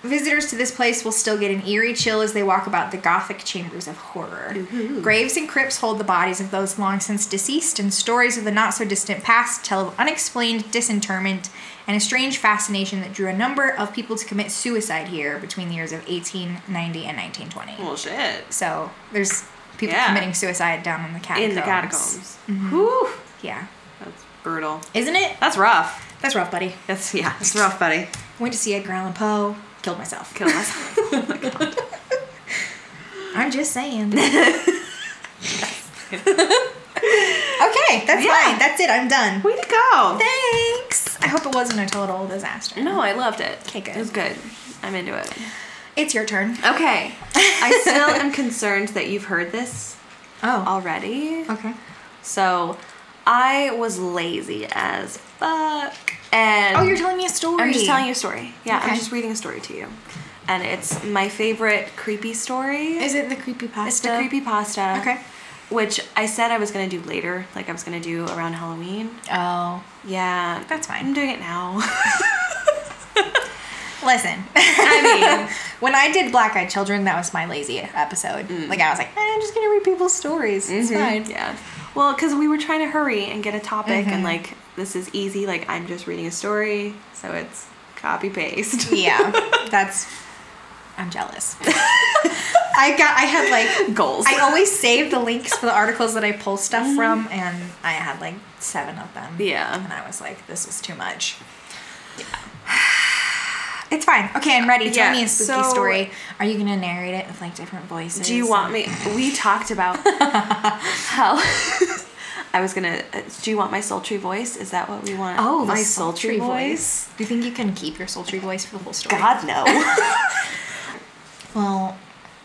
visitors to this place will still get an eerie chill as they walk about the Gothic chambers of horror. Graves and crypts hold the bodies of those long since deceased, and stories of the not so distant past tell of unexplained disinterment and a strange fascination that drew a number of people to commit suicide here between the years of 1890 and 1920. Well, shit. So there's people Yeah. committing suicide down in the catacombs. In the catacombs. Whew. Yeah. That's brutal. Isn't it? That's rough. That's rough, buddy. That's yeah. It's rough, buddy. Went to see Edgar Allan Poe, killed myself. Kill myself. I'm just saying. okay, that's Yeah. fine. That's it. I'm done. Way to go. Thanks. I hope it wasn't a total disaster. No, I loved it. Okay, good. It was good. I'm into it. It's your turn. Okay. I still am concerned that you've heard this Oh. already. Okay. So I was lazy as fuck. And Oh, you're telling me a story. I'm just telling you a story. Yeah, Okay. I'm just reading a story to you. And it's my favorite creepy story. Is it the creepy pasta? It's the creepy pasta. Okay. Which I said I was gonna do later, like I was gonna do around Halloween. Oh. Yeah. That's fine. I'm doing it now. Listen. I mean, when I did Black Eyed Children, that was my lazy episode. Like I was like, eh, I'm just gonna read people's stories. It's fine. yeah. Well, because we were trying to hurry and get a topic, Mhm. and like this is easy. Like I'm just reading a story, so it's copy paste. Yeah. That's. I'm jealous. I got. I had like Goals. I always save the links for the articles that I pull stuff from, and I had like seven of them. Mm. Yeah. And I was like, this is too much. It's fine. Okay, I'm ready. Tell Yeah, me a spooky so- story. Are you gonna narrate it with like different voices? Do you want me? We talked about how I was gonna. uh, Do you want my sultry voice? Is that what we want? Oh, my the sultry voice. Do you think you can keep your sultry voice for the whole story? God no. Well,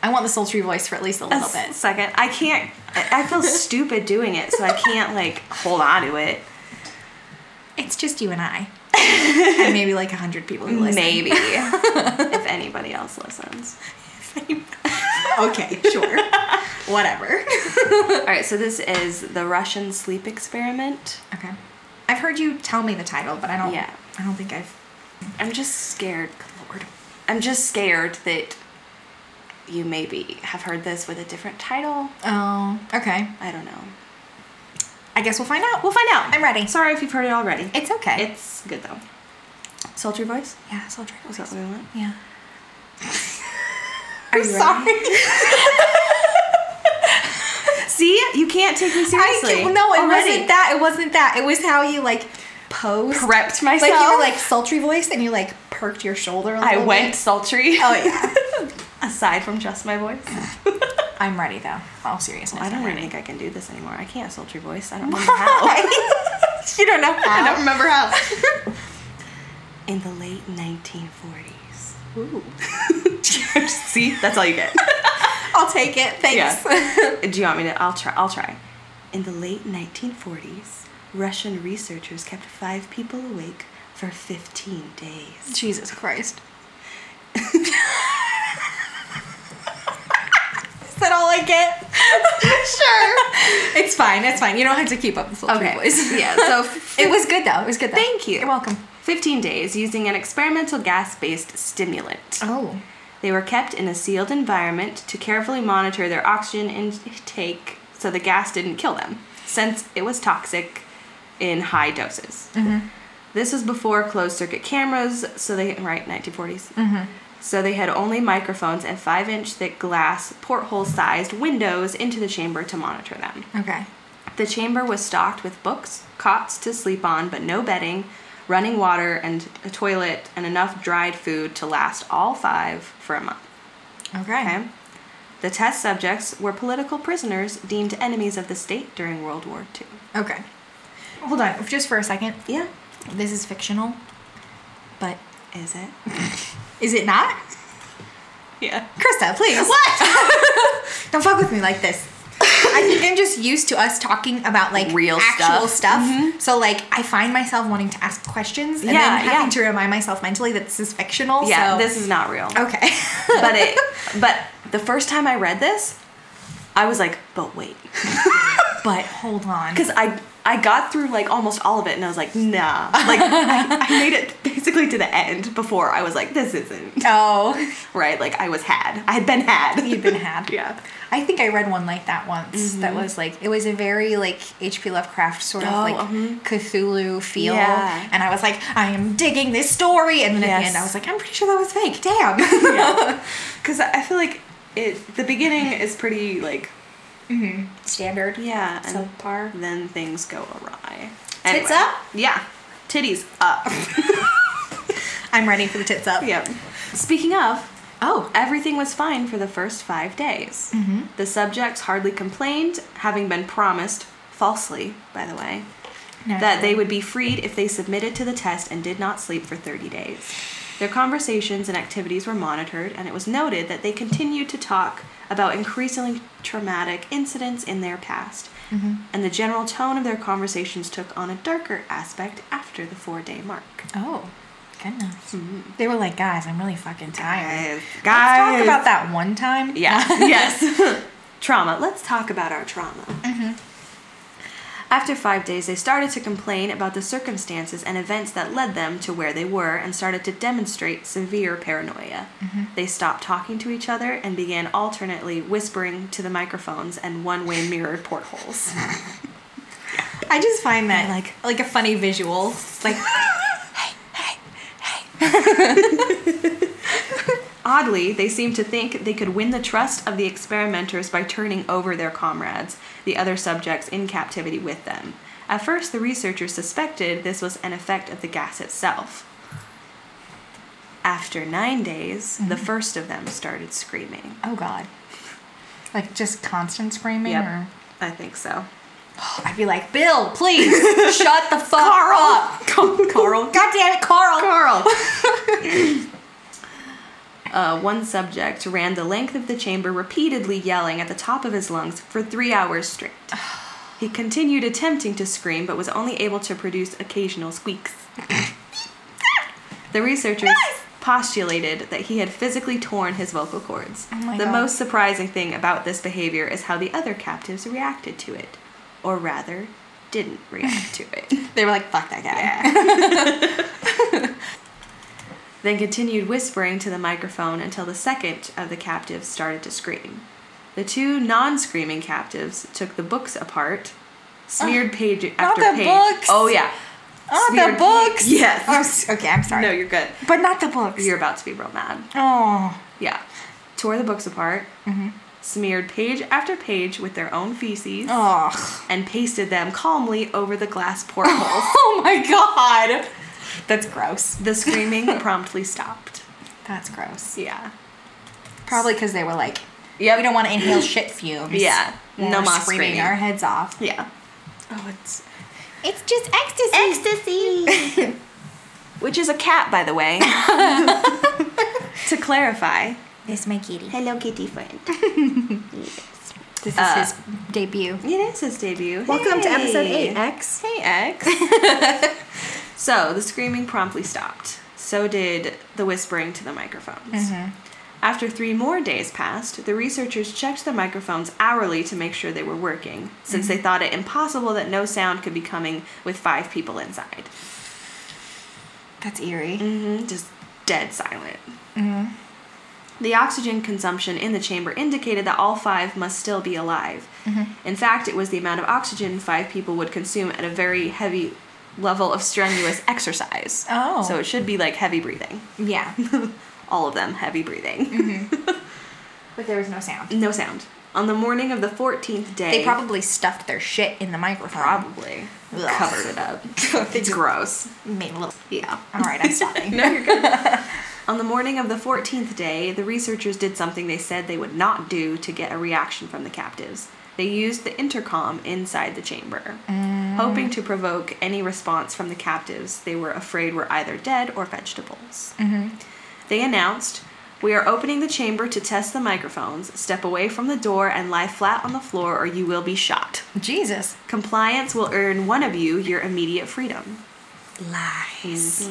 I want the sultry voice for at least a A little bit. second. I can't. I I feel stupid doing it, so I can't like hold on to it. It's just you and I, and maybe like a hundred people who listen. Maybe if anybody else listens. Okay, sure. Whatever. All right. So this is the Russian sleep experiment. Okay. I've heard you tell me the title, but I don't. Yeah. I don't think I've. I'm just scared. Good Lord. I'm just scared that you maybe have heard this with a different title. Oh. Okay. I don't know. I guess we'll find out. We'll find out. I'm ready. Sorry if you've heard it already. It's okay. It's good though. Sultry voice? yeah. So I'll drink. Is What's that what we want? Yeah. Are I'm you ready? sorry. See, you can't take me I seriously. can't- no, it Already. wasn't that. It wasn't that. It was how you like posed. Prepped Like myself. you were like sultry voice, and you like perked your shoulder. A little I went Bit. sultry. Oh yeah. Aside from just my voice. I'm ready though. All seriousness. I I'm don't even ready. think I can do this anymore. I can't sultry voice. I don't remember how. you don't know how. I don't remember how. In the late 1940s. Ooh. See, that's all you get. I'll take it. Thanks. Do you want me to? I'll try. I'll try. In the late 1940s, Russian researchers kept five people awake for 15 days. Jesus Christ. Is that all I get? sure. It's fine. It's fine. You don't have to keep up the full Okay. okay. voice. Yeah, so- it was good though. It was good though. Thank you. You're welcome. 15 days using an experimental gas based stimulant. Oh. They were kept in a sealed environment to carefully monitor their oxygen intake so the gas didn't kill them, since it was toxic in high doses. This was before closed circuit cameras, so they, right, 1940s. So they had only microphones and five inch thick glass, porthole sized windows into the chamber to monitor them. Okay. The chamber was stocked with books, cots to sleep on, but no bedding, running water, and a toilet, and enough dried food to last all five for a month. Okay. Okay? The test subjects were political prisoners deemed enemies of the state during World War II. Okay. Hold on, just for a second. Yeah. This is fictional, but Is it? is it not? Yeah. Krista, please. What? Don't fuck with me like this. I think I'm just used to us talking about like Real actual stuff. Mm-hmm. stuff. So like I find myself wanting to ask questions and Yeah, then having yeah. to remind myself mentally that this is fictional. Yeah, so- this is not real. Okay. But it but the first time I read this, I was like, but wait. but hold on. Because I I got through like almost all of it and I was like, nah. Like I, I made it basically to the end before I was like, this isn't Oh. right. Like I was had. I had been had. You've been had. yeah. I think I read one like that once. Mm-hmm. That was like it was a very like H.P. Lovecraft sort of Oh, like mhm. Cthulhu feel, Yeah. and I was like, I am digging this story, and then at the Yes. end I was like, I'm pretty sure that was fake. Damn. Yeah. Because I feel like it. The beginning is pretty like Mm-hmm. Standard. yeah. Uh-uh. and- Subpar. then things go awry. Tits up? Yeah. Titties up. I'm ready for the tits up. yep. Speaking of, Oh. everything was fine for the first five days. The subjects hardly complained, having been promised, falsely, by the way, that they would be freed if they submitted to the test and did not sleep for 30 days. Their conversations and activities were monitored, and it was noted that they continued to talk about increasingly traumatic incidents in their past. And the general tone of their conversations took on a darker aspect after the four day mark. Oh. Goodness. They were like, Mm-hmm. guys, I'm really fucking tired. guys. Let's talk about that one time. Yeah. yes. trauma. Let's talk about our trauma. After five days, they started to complain about the circumstances and events that led them to where they were and started to demonstrate severe paranoia. They stopped talking to each other and began alternately whispering to the microphones and one way mirrored portholes. I just find that like like a funny visual. It's like Oddly, they seemed to think they could win the trust of the experimenters by turning over their comrades, the other subjects in captivity with them. At first, the researchers suspected this was an effect of the gas itself. After nine days, the Mm-hmm. first of them started screaming. Oh God. Like just constant screaming or I think so. I'd be like, Bill, please shut the fuck up. Carl, God damn it, Carl. Carl. uh, one subject ran the length of the chamber repeatedly yelling at the top of his lungs for three hours straight. He continued attempting to scream but was only able to produce occasional squeaks. The researchers postulated that he had physically torn his vocal cords. Oh my the God. most surprising thing about this behavior is how the other captives reacted to it, or rather, didn't react to it. They were like, fuck that guy. then continued whispering to the microphone until the second of the captives started to scream. The two non screaming captives took the books apart, smeared page after Ah, the page. books! Oh, yeah. Not Smeared Oh, the pa- books. Yes. Oh, s- okay, I'm sorry. No, you're good. but not the books. You're about to be real mad. oh. Yeah. Tore the books apart, Mm-hmm. smeared page after page with their own feces, Oh. and pasted them calmly over the glass portholes. Oh my God. That's gross. the screaming promptly stopped. That's gross. Yeah. Probably because they were like, Yep. we don't want to inhale shit fumes. Yeah. When No we're more screaming, screaming. our heads off. Yeah. Oh, it's it's just ecstasy. Ecstasy! Which is a cat, by the way. to clarify. This my kitty. Hello, kitty friend. This This is Uh, his debut. It is his debut. Welcome to episode Hey. 8, X. Hey, X. so the screaming promptly stopped. So did the whispering to the microphones. Mm-hmm. After three more days passed, the researchers checked the microphones hourly to make sure they were working, since Mm-hmm. they thought it impossible that no sound could be coming with five people inside. That's eerie. Mm-hmm. Mm-hmm. hmm just dead silent. The oxygen consumption in the chamber indicated that all five must still be alive. Mm-hmm. In fact, it was the amount of oxygen five people would consume at a very heavy level of strenuous exercise. Oh. So it should be like heavy breathing. Yeah. All of them heavy breathing. Mm-hmm. but there was no sound. No sound. On the morning of the 14th day, They probably stuffed their shit in the microphone. probably Ugh. covered it up. it's gross. Made a little. Yeah. All right, I'm stopping. No, you're good. On the morning of the 14th day, the researchers did something they said they would not do to get a reaction from the captives. They used the intercom inside the chamber. Hoping to provoke any response from the captives they were afraid were either dead or vegetables. They announced, We are opening the chamber to test the microphones. Step away from the door and lie flat on the floor, or you will be shot. Jesus. Compliance will earn one of you your immediate freedom. Lies.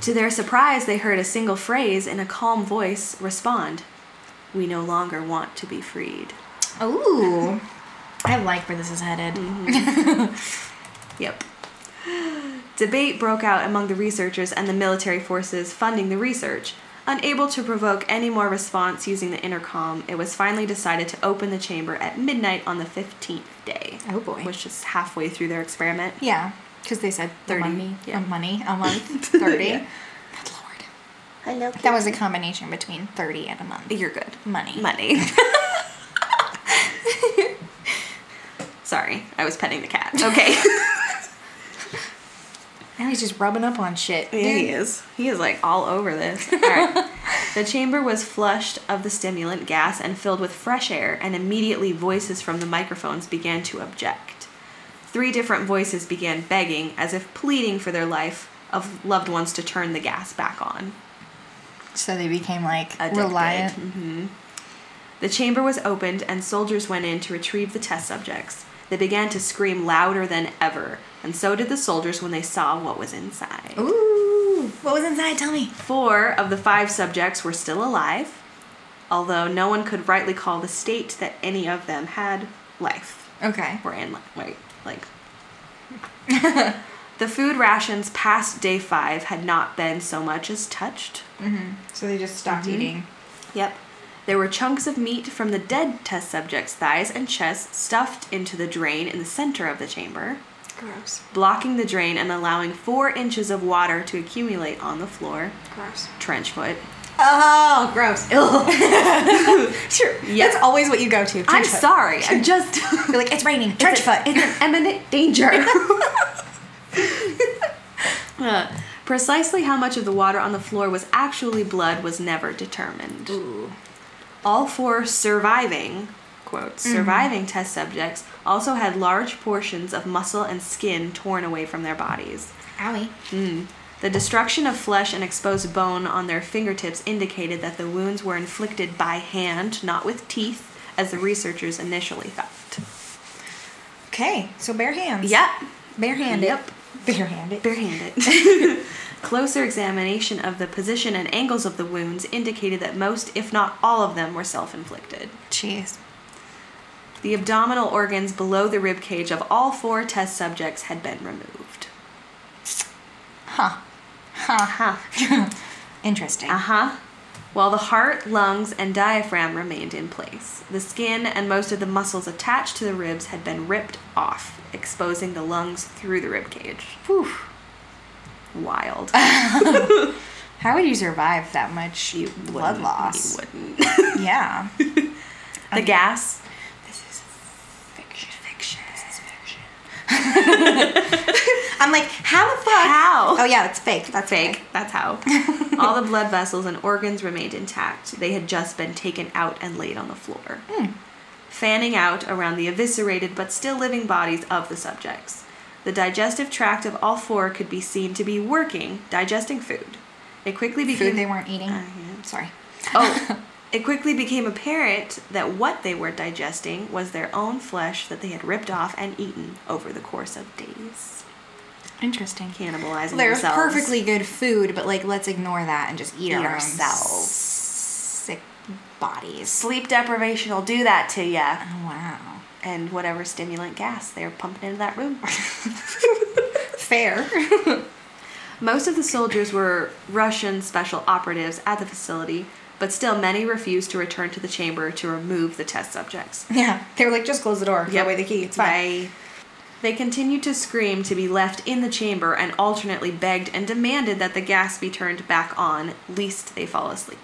To their surprise, they heard a single phrase in a calm voice respond, We no longer want to be freed. Ooh. I like where this is headed. Yep. Debate broke out among the researchers and the military forces funding the research. Unable to provoke any more response using the intercom, it was finally decided to open the chamber at midnight on the 15th day. Oh, boy. Which is halfway through their experiment. Yeah, because they said 30 money, yeah. a money a month, 30. Yeah. Good lord. Hello. That was a combination between 30 and a month. You're good. Money. Money. Sorry, I was petting the cat. Okay. Now he's just rubbing up on shit. Yeah, he dude. is. He is like all over this. All right. the chamber was flushed of the stimulant gas and filled with fresh air, and immediately voices from the microphones began to object. Three different voices began begging, as if pleading for their life, of loved ones to turn the gas back on. So they became like Addicted. Mm-hmm. reliant. The chamber was opened, and soldiers went in to retrieve the test subjects. They began to scream louder than ever, and so did the soldiers when they saw what was inside. Ooh. What was inside? Tell me. Four of the five subjects were still alive, although no one could rightly call the state that any of them had life Okay. or in li- wait, like. the food rations past day five had not been so much as touched. So they just stopped Mm-hmm. eating. Yep. There were chunks of meat from the dead test subjects' thighs and chests stuffed into the drain in the center of the chamber, Gross. blocking the drain and allowing four inches of water to accumulate on the floor. Gross. Trench foot. Oh, gross. sure. Yeah. That's always what you go to. I'm Trench foot. sorry. I'm just. You're like, it's raining. Trench foot. It's an imminent danger. Uh, precisely how much of the water on the floor was actually blood was never determined. All four surviving, quote, surviving test subjects also had large portions of muscle and skin torn away from their bodies. Owie. The destruction of flesh and exposed bone on their fingertips indicated that the wounds were inflicted by hand, not with teeth, as the researchers initially thought. Okay. So bare hands. Yep, Bare handed. Yep. Bare handed. barehanded. Closer examination of the position and angles of the wounds indicated that most, if not all of them, were self inflicted. Jeez. The abdominal organs below the rib cage of all four test subjects had been removed. Huh. Huh. Huh. Interesting. Uh huh. Uh-huh. While the heart, lungs, and diaphragm remained in place, the skin and most of the muscles attached to the ribs had been ripped off, exposing the lungs through the rib cage. Whew. Wild. How would you survive that much blood Wouldn't- loss? You wouldn't. Yeah. The gas. this is fiction. Fiction. This is fiction. I'm like, how the fuck? How? Oh yeah, it's fake. That's fake. That's how. All the blood vessels and organs remained intact. They had just been taken out and laid on the floor, Hmm. fanning out around the eviscerated but still living bodies of the subjects. The digestive tract of all four could be seen to be working, digesting food. It quickly Food became they weren't eating. Uh, yeah. Sorry. oh, It quickly became apparent that what they were digesting was their own flesh that they had ripped off and eaten over the course of days, Interesting. cannibalizing There's themselves. perfectly good food, but like let's ignore that and just eat, Eat our own ourselves. sick bodies. Sleep deprivation will do that to ya. Oh, Wow. And whatever stimulant gas they're pumping into that room. Fair. Most of the soldiers were Russian special operatives at the facility, but still many refused to return to the chamber to remove the test subjects. yeah. They were like, just close the door. Yep. That way the key. It's fine. They, they continued to scream to be left in the chamber and alternately begged and demanded that the gas be turned back on, lest they fall asleep.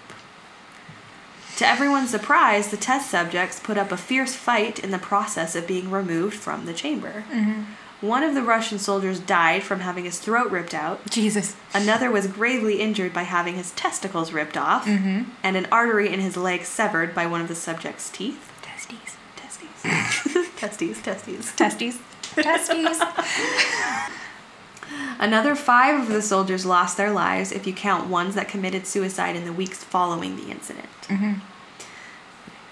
To everyone's surprise, the test subjects put up a fierce fight in the process of being removed from the chamber. Mm-hmm. One of the Russian soldiers died from having his throat ripped out. Jesus. Another was gravely injured by having his testicles ripped off Mm-hmm. and an artery in his leg severed by one of the subject's teeth. Testes. Testes. testes, testes. Testes. Testes. Another five of the soldiers lost their lives if you count ones that committed suicide in the weeks following the incident.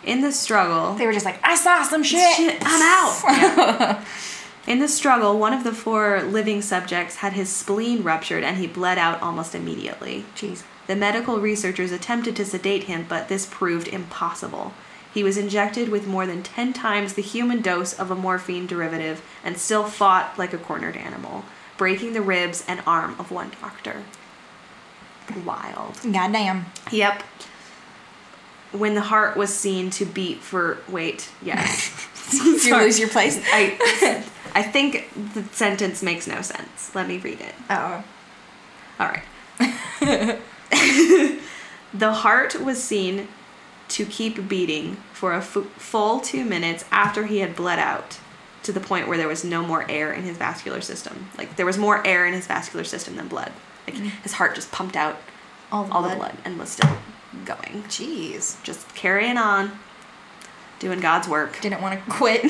In the struggle, Mm-hmm. they were just like, I saw some shit. Shit, I'm out. Yeah. In the struggle, one of the four living subjects had his spleen ruptured and he bled out almost immediately. Jeez. The medical researchers attempted to sedate him, but this proved impossible. He was injected with more than 10 times the human dose of a morphine derivative and still fought like a cornered animal, breaking the ribs and arm of one doctor. Wild. Goddamn. Yep. When the heart was seen to beat for wait, yes. Did you Sorry. lose your place? I I think the sentence makes no sense. Let me read it. Oh. All right. the heart was seen to keep beating for a fu- full 2 minutes after he had bled out to the point where there was no more air in his vascular system. Like there was more air in his vascular system than blood. Like his heart just pumped out All the all the blood. blood and was still going Jeez. just carrying on, doing God's work. Didn't want to quit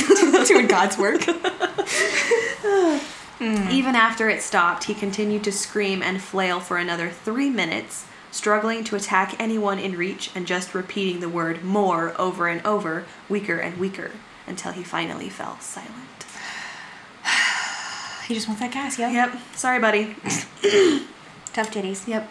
doing God's work. Hmm. Mm. Even after it stopped, he continued to scream and flail for another three minutes, struggling to attack anyone in reach and just repeating the word more over and over, weaker and weaker, until he finally fell silent. He just wants that gas, yo. Yep, sorry, buddy. Tough titties. Yep.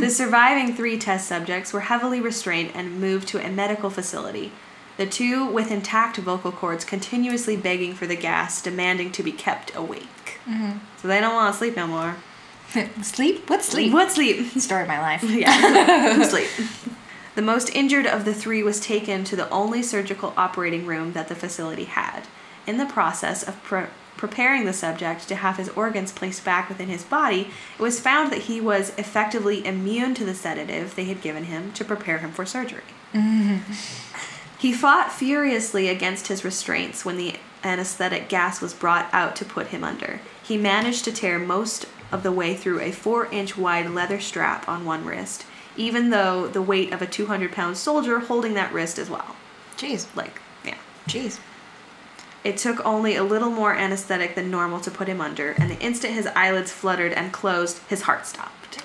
the surviving three test subjects were heavily restrained and moved to a medical facility. The two with intact vocal cords continuously begging for the gas, demanding to be kept awake. So they don't want to sleep no more. sleep? What sleep? What sleep? Story of my life. Yeah, who's sleep. The most injured of the three was taken to the only surgical operating room that the facility had. In the process of pre- preparing the subject to have his organs placed back within his body, it was found that he was effectively immune to the sedative they had given him to prepare him for surgery. He fought furiously against his restraints when the anesthetic gas was brought out to put him under. He managed to tear most of the way through a four inch wide leather strap on one wrist, even though the weight of a 200 pound soldier holding that wrist as well. Jeez. Like, yeah. Jeez. It took only a little more anesthetic than normal to put him under, and the instant his eyelids fluttered and closed, his heart stopped.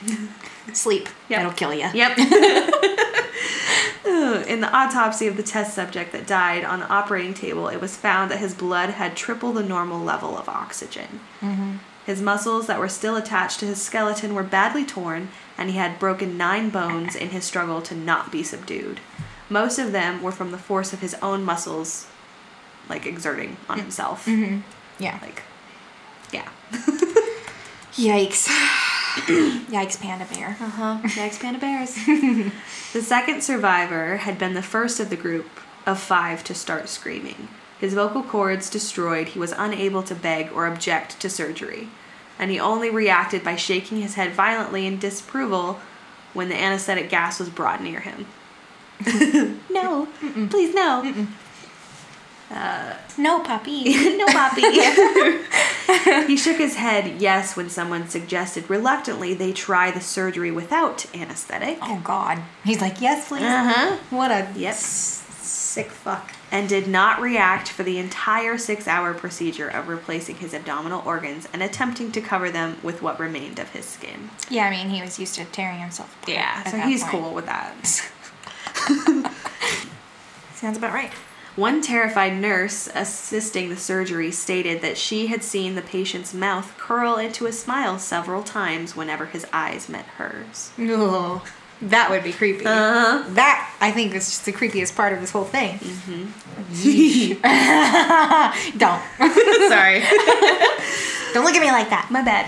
Sleep. Yep. That'll kill you. Yep. In the autopsy of the test subject that died on the operating table, it was found that his blood had triple the normal level of oxygen. Mm-hmm. His muscles that were still attached to his skeleton were badly torn, and he had broken nine bones in his struggle to not be subdued. Most of them were from the force of his own muscles, like exerting on himself. Mm-hmm. Yeah. Like, yeah. Yikes. Yikes, panda bear. Uh-huh. Next panda bears. the second survivor had been the first of the group of five to start screaming. His vocal cords destroyed, he was unable to beg or object to surgery, and he only reacted by shaking his head violently in disapproval when the anesthetic gas was brought near him. no, please no. No puppy. no poppy. he shook his head yes when someone suggested reluctantly they try the surgery without anesthetic. oh God. He's like, yes, please. Uh-huh. What a Yep. s- sick fuck. and did not react for the entire six hour procedure of replacing his abdominal organs and attempting to cover them with what remained of his skin. Yeah, I mean, he was used to tearing himself. apart at So that he's point. cool with that. Sounds about right. One terrified nurse assisting the surgery stated that she had seen the patient's mouth curl into a smile several times whenever his eyes met hers. No. That would be creepy. Uh-huh. That I think is just the creepiest part of this whole thing. Mm-hmm. Don't. Sorry. Don't look at me like that. My bad.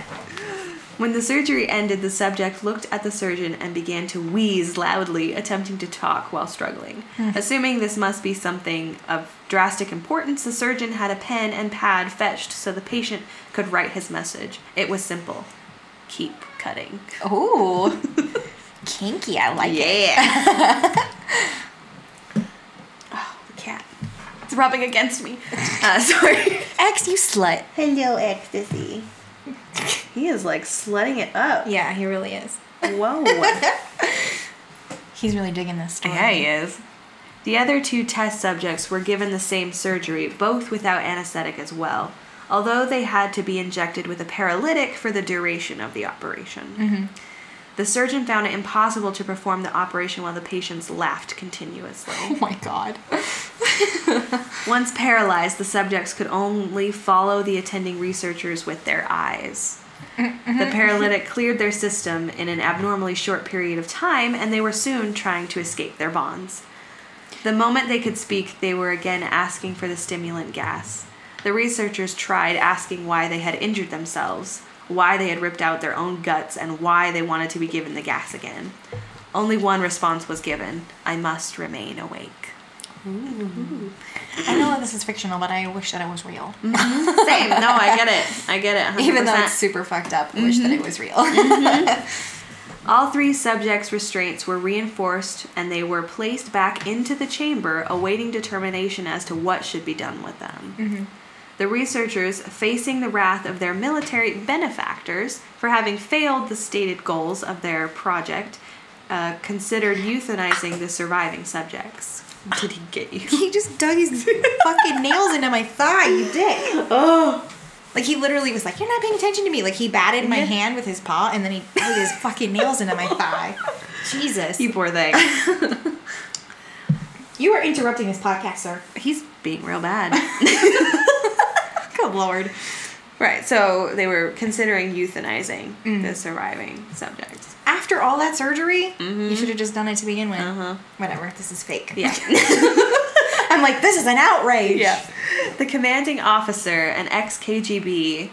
When the surgery ended, the subject looked at the surgeon and began to wheeze loudly, attempting to talk while struggling. Assuming this must be something of drastic importance, the surgeon had a pen and pad fetched so the patient could write his message. It was simple keep cutting. Oh. Kinky, I like it. Yeah. oh, the cat. It's rubbing against me. Uh, sorry. X, you slut. Hello, ecstasy. He is like slutting it up. Yeah, he really is. Whoa. He's really digging this story. yeah, he is. The other two test subjects were given the same surgery, both without anesthetic as well, although they had to be injected with a paralytic for the duration of the operation. The surgeon found it impossible to perform the operation while the patients laughed continuously. Oh my god. Once paralyzed, the subjects could only follow the attending researchers with their eyes. The paralytic cleared their system in an abnormally short period of time, and they were soon trying to escape their bonds. The moment they could speak, they were again asking for the stimulant gas. The researchers tried asking why they had injured themselves, why they had ripped out their own guts, and why they wanted to be given the gas again. Only one response was given I must remain awake. I know that this is fictional, but I wish that it was real. Same. No, I get it. I get it. 100%. Even though it's super fucked up, I wish that it was real. all three subjects' restraints were reinforced and they were placed back into the chamber, awaiting determination as to what should be done with them. The researchers, facing the wrath of their military benefactors for having failed the stated goals of their project, uh, considered euthanizing the surviving subjects. Did he get you? he just dug his fucking nails into my thigh, you dick. Oh, Like he literally was like, "You're not paying attention to me." Like he batted my Yeah. hand with his paw, and then he dug his fucking nails into my thigh. Jesus, you you, poor thing. you are interrupting this podcast, sir. He's being real bad. Good oh, lord. Right, so they were considering euthanizing the surviving subjects. After all that surgery, you should have just done it to begin with. Whatever. This is fake. Mm-hmm. Uh-huh. Yeah. I'm like, this is an outrage. the commanding officer, an ex KGB,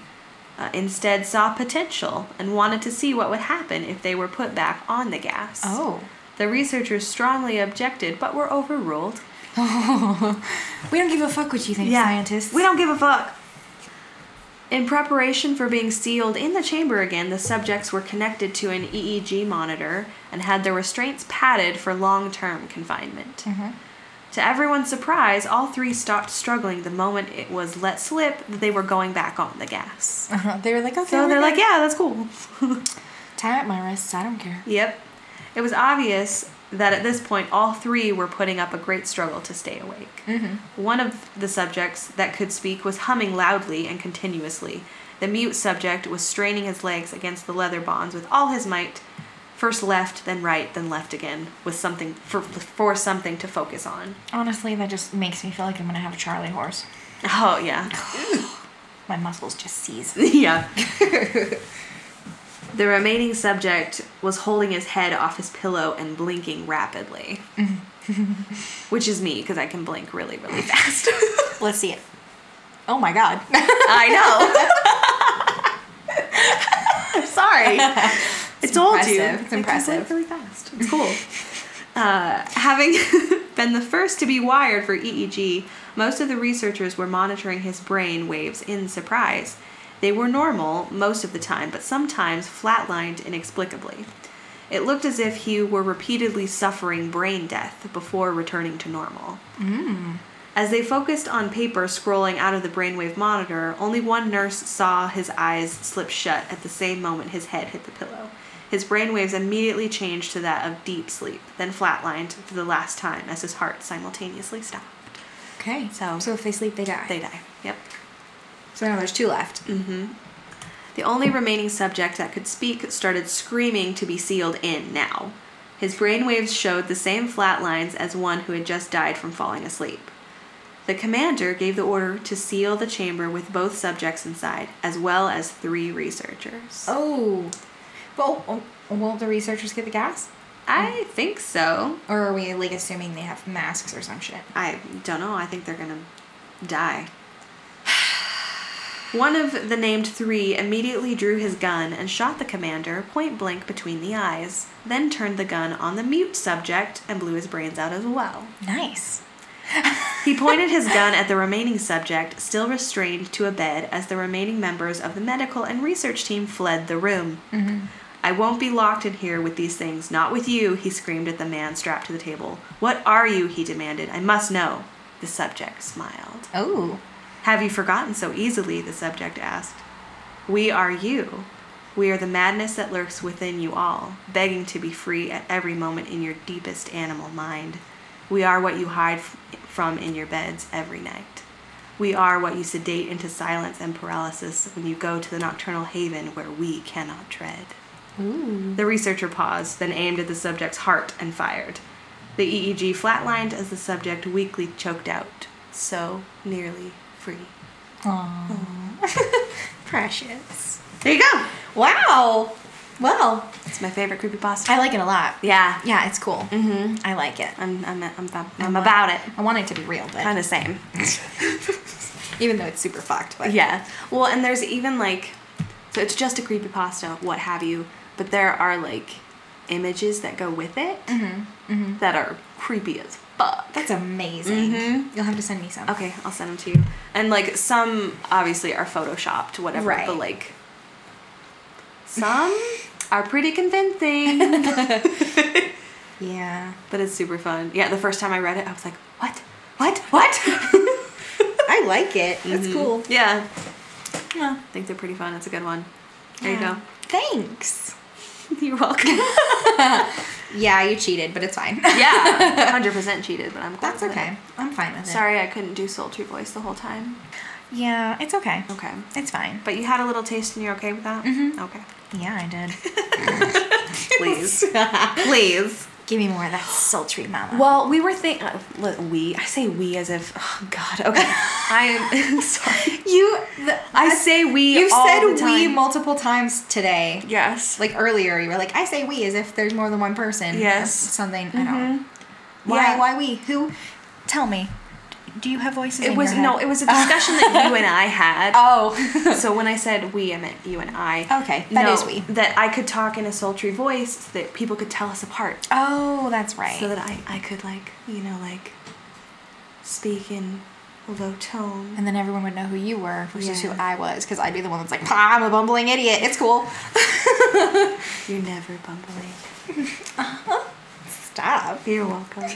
uh, instead saw potential and wanted to see what would happen if they were put back on the gas. Oh. The researchers strongly objected but were overruled. We don't give a fuck what you think, scientists. We don't give a fuck. In preparation for being sealed in the chamber again, the subjects were connected to an EEG monitor and had their restraints padded for long term confinement. Mm-hmm. To everyone's surprise, all three stopped struggling the moment it was let slip that they were going back on the gas. Uh-huh. They were like, okay. So we're they're good. like, yeah, that's cool. tie up my wrists. I don't care. Yep. It was obvious that at this point, all three were putting up a great struggle to stay awake. One of the subjects that could speak was humming loudly and continuously. The mute subject was straining his legs against the leather bonds with all his might. First left, then right, then left again, with something for, for something to focus on. Honestly, that just makes me feel like I'm gonna have a Charlie horse. Oh yeah, My muscles just seize. yeah. the remaining subject was holding his head off his pillow and blinking rapidly, which is me because I can blink really, really fast. Let's see it. Oh my god. I know. I'm sorry. I told you. impressive. It's I can impressive. blink Really fast. It's cool. Uh, having been the first to be wired for EEG, most of the researchers were monitoring his brain waves in surprise. They were normal most of the time, but sometimes flatlined inexplicably. It looked as if he were repeatedly suffering brain death before returning to normal. As they focused on paper scrolling out of the brainwave monitor, only one nurse saw his eyes slip shut at the same moment his head hit the pillow. His brainwaves immediately changed to that of deep sleep, then flatlined for the last time as his heart simultaneously stopped. okay. So- so if they sleep, they Mm. die. They die. Yep. so now there's two left. The only remaining subject that could speak started screaming to be sealed in now. His brainwaves showed the same flat lines as one who had just died from falling asleep. The commander gave the order to seal the chamber with both subjects inside, as well as three researchers. Oh. Well, oh, won't the researchers get the gas? I think so. Or are we like assuming they have masks or some shit? I don't know. I think they're gonna die. One of the named three immediately drew his gun and shot the commander point blank between the eyes, then turned the gun on the mute subject and blew his brains out as well. Nice. He pointed his gun at the remaining subject, still restrained to a bed, as the remaining members of the medical and research team fled the room. I won't be locked in here with these things, not with you, he screamed at the man strapped to the table. What are you? he demanded. I must know. The subject smiled. Oh. Have you forgotten so easily? the subject asked. We are you. We are the madness that lurks within you all, begging to be free at every moment in your deepest animal mind. We are what you hide f- from in your beds every night. We are what you sedate into silence and paralysis when you go to the nocturnal haven where we cannot tread. The researcher paused, then aimed at the subject's heart and fired. The EEG flatlined as the subject weakly choked out. So nearly free. Precious. There you go. Wow. Well, It's my favorite creepypasta. I like it a lot. yeah, Yeah, it's cool. Mm-hmm. I like it. I'm, I'm, I'm, I'm, I'm about it. I want it to be real, but Kind of same. even though it's super fucked, but Yeah. Well, and there's even like, so it's just a creepypasta, what have you, but there are like images that go with it that are creepy as fuck. Mm-hmm. that's amazing. You'll have to send me some. Okay, I'll send them to you. And like some obviously are photoshopped, whatever, Right. but like some are pretty convincing. Yeah. but it's super fun. Yeah, the first time I read it, I was like, what? What? What? I like it. Mm-hmm. That's cool. Mm-hmm. yeah. Yeah. I think they're pretty fun. It's a good one. There Yeah. Thanks. you go. You're welcome. Yeah, you cheated, but it's fine. yeah. 100% cheated, but I'm glad That's with okay. I'm fine with it. it. Sorry I couldn't do sultry voice the whole time. Yeah, it's okay. Okay. It's fine. But you had a little taste and you're okay with that? Mm-hmm. Okay. Yeah, I did. Please. Please. Give me more of that sultry mama. Well, we were thinking. Uh, li- we. I say we as if. Oh God. Okay. I am sorry. you, the, I say we. you all said the we time. multiple times today. Yes. Like earlier, you were like, "I say we," as if there's more than one person. or Yes. Mm-hmm. something. I don't. Why? Yeah. Why we? Who? Tell me. Do you have voices? it in was your no. head? It was a discussion that you and I had. Oh. So when I said we, I meant you and I. okay. That That no, is we. That I could talk in a sultry voice so that people could tell us apart. Oh, that's right. So that I, I could like you know like speak in a low tone. and then everyone would know who you were versus Yeah. who I was, because I'd be the one that's like, "Pa, "I'm a bumbling idiot." It's cool. You're never bumbling. Stop. You're welcome.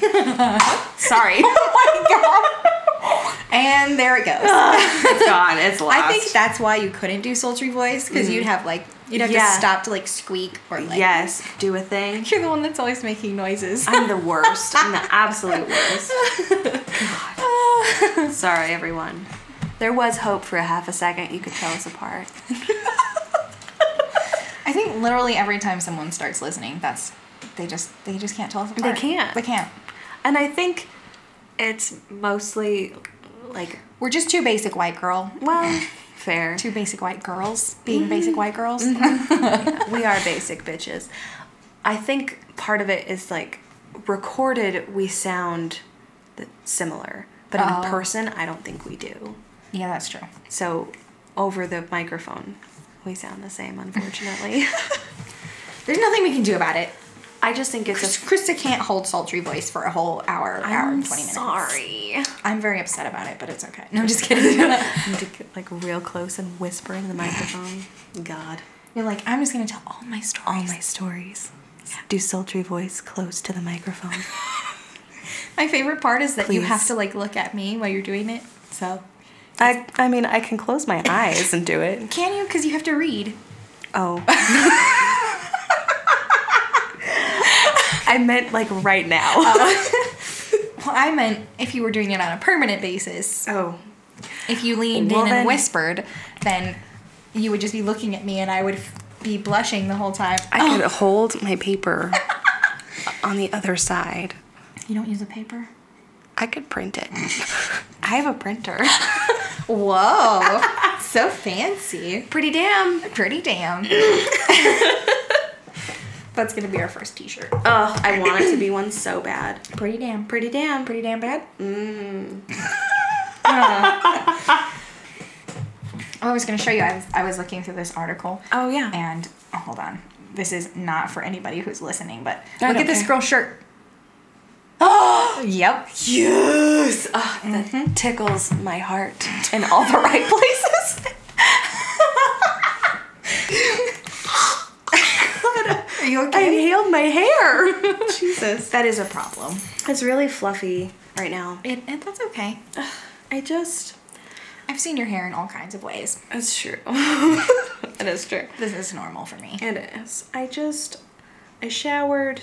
Sorry. oh my god. And there it goes. God, it's lost. I think that's why you couldn't do sultry voice because you'd have like you'd have Yeah. to stop to like squeak or like yes. Do a thing. You're the one that's always making noises. I'm the worst. I'm the absolute worst. Sorry, everyone. There was hope for a half a second you could tell us apart. I think literally every time someone starts listening, that's they just they just can't tell us. Apart. can't. They can't. And I think it's mostly like, We're just two basic white girl. well, fair. Two basic white girls being Mm-hmm. basic white girls. We are basic bitches. I think part of it is like recorded, we sound th- similar, but Oh. in person, I don't think we do. yeah, that's true. So over the microphone, we sound the same, unfortunately. There's nothing we can do about it. I just think it's a Krista can't hold sultry voice for a whole hour, hour and twenty minutes. Sorry. I'm very upset about it, but it's okay. No, I'm just kidding. I need to get like real close and whispering the microphone. God. You're like, I'm just gonna tell all my stories. All my stories. Do sultry voice close to the microphone. My favorite part is that you Please. have to like look at me while you're doing it. So I I mean I can close my eyes and do it. can you? Because you have to read. Oh. I meant like right now. Well, I meant if you were doing it on a permanent basis. oh. If you leaned Well, in then- and whispered, then you would just be Oh. looking at me, and I would f- be blushing the whole time. I could hold my paper on the other side. You don't use a paper? I could print it. I have a printer. Whoa. so fancy. Pretty damn. Pretty damn. That's going to be our first t shirt. Oh, I want it to be one so bad. Pretty damn. Pretty damn. Pretty damn bad. Mm. I was going to show you. I was, I was looking through this article. Oh yeah. And oh, hold on. This is not for anybody who's listening, but I don't look at this care. girl shirt. Oh, yep. Yes. Oh, that tickles my heart in all the right places. Are you I okay? inhaled my hair. Jesus. that is a problem. It's really fluffy right now. It, it, that's okay. I just. I've seen your hair in all kinds of ways. It's true. it is true. This is normal for me. It is. I just. I showered.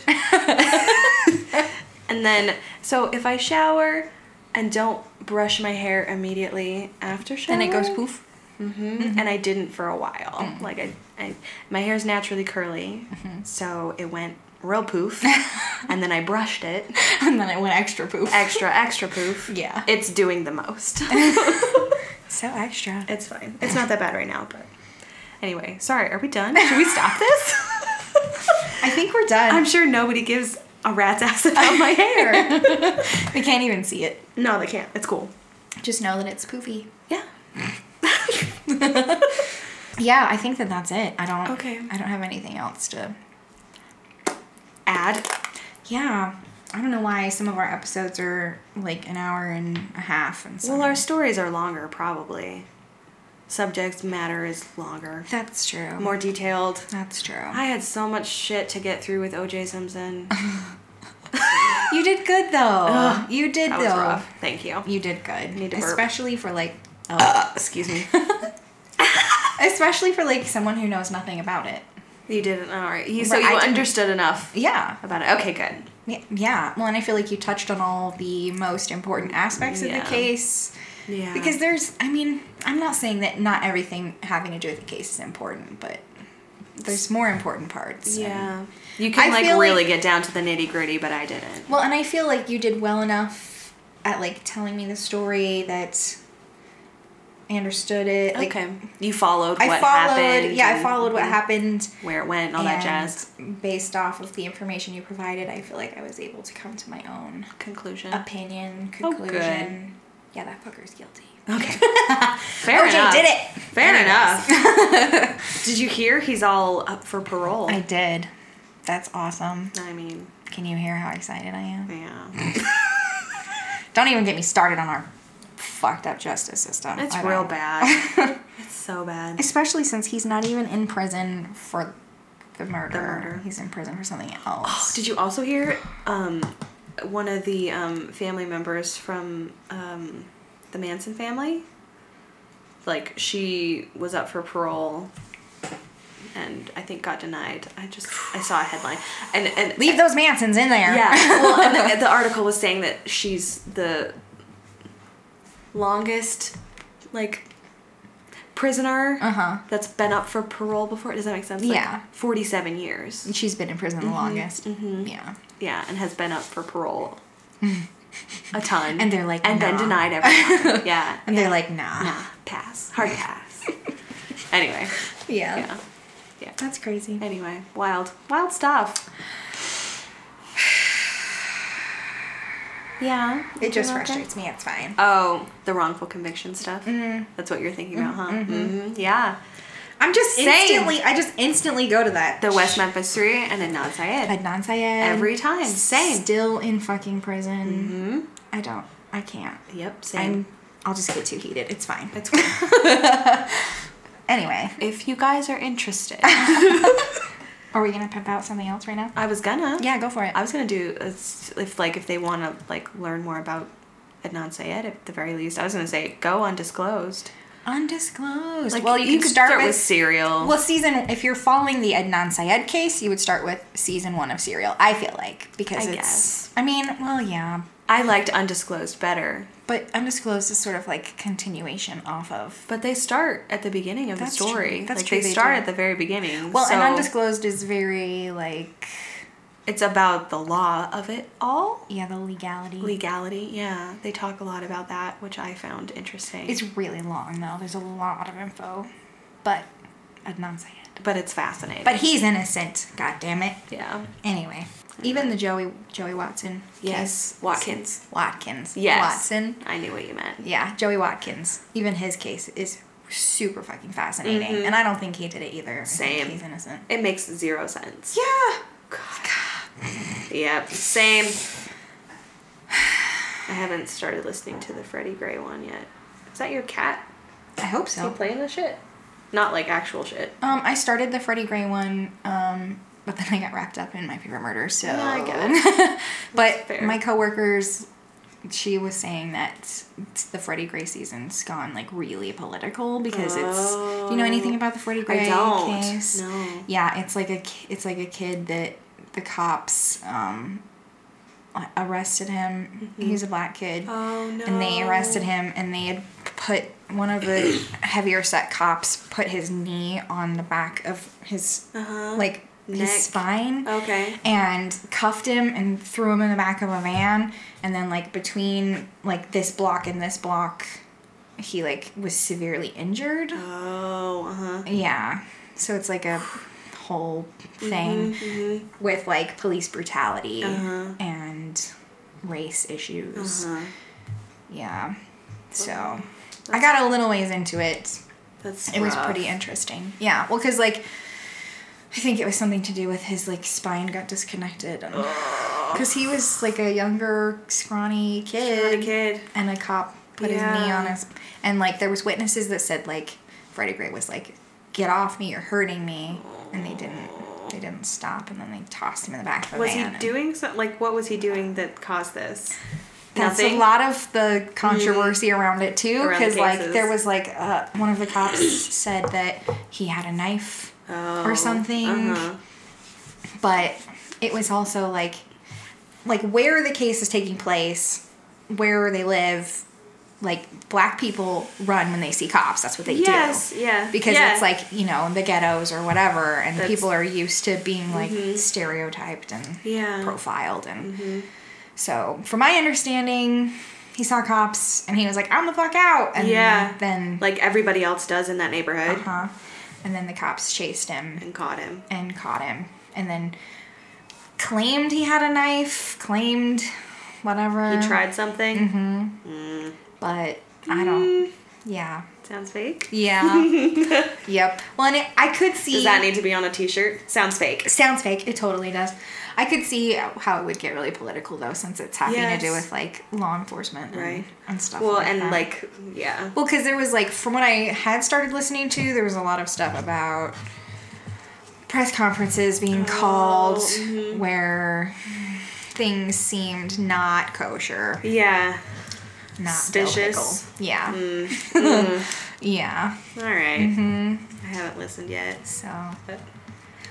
and then, so if I shower and don't brush my hair immediately after shower, Then it goes Mm-hmm. poof. Mhm. and I didn't for a while. Like I, I, my hair's naturally curly, Mm-hmm. so it went real poof, and then I brushed it And then it went extra poof. extra extra poof. Yeah. it's doing the most. so extra. it's fine. It's not that bad right now, but anyway, sorry. Are we done? Should we stop this? I think we're done. I'm sure nobody gives a rat's ass about my hair. we can't even see it. no, they can't. It's cool. Just know that it's poofy. Yeah. Yeah, I think that that's it. I don't. Okay. I don't have anything else to. Add. Yeah, I don't know why some of our episodes are like an hour and a half and so. Well, our stories are longer, probably. Subject matter is longer, that's true. more detailed. That's true. I had so much shit to get through with OJ Simpson. you did good though. Ugh, you did That though. was rough. Thank you. You did good. Need to burp. especially for like. Oh, Excuse me. especially for like someone who knows nothing about it. you didn't. All right. You, so But I you didn't- understood enough Yeah. about it. Okay, good. Y- Yeah. Well, and I feel like you touched on all the most important aspects of Yeah. the case. Yeah. Because there's, I mean, I'm not saying that not everything having to do with the case is important, but there's more important parts. and- yeah, you can I like feel really like- get down to the nitty gritty, but I didn't. well, and I feel like you did well enough at like telling me the story that I understood it. Like, okay. You followed I what followed. happened. yeah, I and followed what happened. Where it went and all that and jazz. Based off of the information you provided, I feel like I was able to come to my own Conclusion. opinion, Oh, good. conclusion. yeah, that fucker's guilty. Okay. Fair OJ enough. did it. Fair enough. did you hear he's all up for parole? I did. That's awesome. I mean, Can you hear how excited I am? yeah. Don't even get me started on our fucked up justice system. It's I real don't- bad. it's so bad. Especially since he's not even in prison for the murder. murder. Oh, He's in prison for something else. Did you also hear um, one of the um, family members from um, the Manson family? Like she was up for parole, and I think got denied. I just I saw a headline, and and Leave those Mansons in there. yeah. Well, and the, the article was saying that she's the longest, like. Prisoner Uh-huh. that's been up for parole before. Does that make sense? Like, Yeah. Forty-seven years. Mm-hmm. She's been in prison the longest. Yeah. Yeah, and has been up for parole a ton. And they're like, and "Nah." then denied every time. Yeah. And they're like, nah. nah, pass, hard pass. anyway, Yeah. yeah, yeah. That's crazy. Anyway, wild, wild stuff. Yeah, It just Okay. frustrates me. Mm-hmm. It's fine. Oh, the wrongful conviction stuff. That's what you're thinking about, huh? Mm-hmm. Yeah, I'm just Same. instantly. I just instantly go to that. the West Memphis Three and Adnan Syed. Adnan Syed. Every time, same. Still in fucking prison. I don't. I can't. Mm-hmm. Yep, same. I'm. I'll just get too heated. It's fine. It's cool. Anyway, if you guys are interested, are we gonna pimp out something else right now? I was gonna. Yeah, go for it. I was gonna do a s- if like if they want to like learn more about Adnan Syed at the very least. I was gonna say go undisclosed. Undisclosed. Like well, you, could can start, with. serial. well, season. If you're following the Adnan Syed case, you would start with season one of Serial. I feel like because I it's. guess. I mean, well, yeah, I liked undisclosed better, but Undisclosed is sort of like continuation off of. but they start at the beginning of That's the story. true. That's like true, they they start do. at the very beginning. Well, so and Undisclosed is very like. It's about the law of it all. Yeah, the legality. Legality, yeah. They talk a lot about that, which I found interesting. it's really long though. There's a lot of info, but Adnan Syed. but it's fascinating. But he's innocent. God damn it. yeah. Anyway, even the Joey Joey Watson. Yes. case- Watkins. Watkins. Yes. Watson. I knew what you meant. Yeah, Joey Watkins. Even his case is super fucking fascinating, and I don't think he did it either. I think Mm-hmm. Same. he's innocent. It makes zero sense. Yeah. Yep. Same. I haven't started listening to the Freddie Gray one yet. Is that your cat? I hope so. Is he playing the shit? Not like actual shit. Um, I started the Freddie Gray one, um, but then I got wrapped up in my favorite murder, so. Yeah, I get That's but fair. my coworkers, she was saying that it's- the Freddie Gray season's gone like really political because it's. Do you know anything about the Freddie Gray Oh. don't. case? No. Yeah, it's like a ki- it's like a kid that the cops um, arrested him. He was a black kid. Mm-hmm. Oh, And they no. arrested him, and they had put one of the heavier set cops put his knee on the back of his like Oh, Neck. Oh. his spine. Uh-huh. Okay. And cuffed him and threw him in the back of a van, and then like between like this block and this block, he like was severely injured. Oh, uh huh. Yeah. So it's like a whole Mm-hmm, thing with like police brutality Uh-huh. and race issues. Yeah. So I got a little ways into it. That's It was rough. pretty interesting. Yeah. Well, because like I think it was something to do with his like spine got disconnected. Because he was like a younger, scrawny kid Not a kid. and a cop put his knee Yeah. on his and like there was witnesses that said like Freddie Gray was like get off me you're hurting me and they didn't they didn't stop and then they tossed him in the back of the Was van he and- doing something? Like, what was he doing that caused this? that's Nothing? Mm-hmm. a lot of the controversy around it too Around the because like cases. there was like uh, one of the cops said that he had a knife Oh, or something uh-huh. but it was also like like where the case is taking place where they live like black people run when they see cops that's what they Yes, do yeah, because yeah. it's like you know the ghettos or whatever and That's- Mm-hmm. people are used to being like stereotyped and Yeah. profiled and Mm-hmm. so from my understanding he saw cops and he was like i'm the fuck out and Yeah. then Like everybody else does in that neighborhood, huh and then the cops chased him and caught him. and caught him and then claimed he had a knife claimed whatever He tried something. Mm-hmm. but i Mm. don't yeah Sounds fake. yeah yep well and it, i could see Does that need to be on a T-shirt? Sounds fake. sounds fake it totally does i could see how it would get really political though since it's having to do Yes. with like law enforcement and, Right. and stuff Well, like and that. like, yeah. Well, because there was like, from what I had started listening to, there was a lot of stuff about press conferences being called where things seemed not kosher, Yeah. not Suspicious. biblical. Yeah. yeah. All right. Mm-hmm. I haven't listened yet. So. But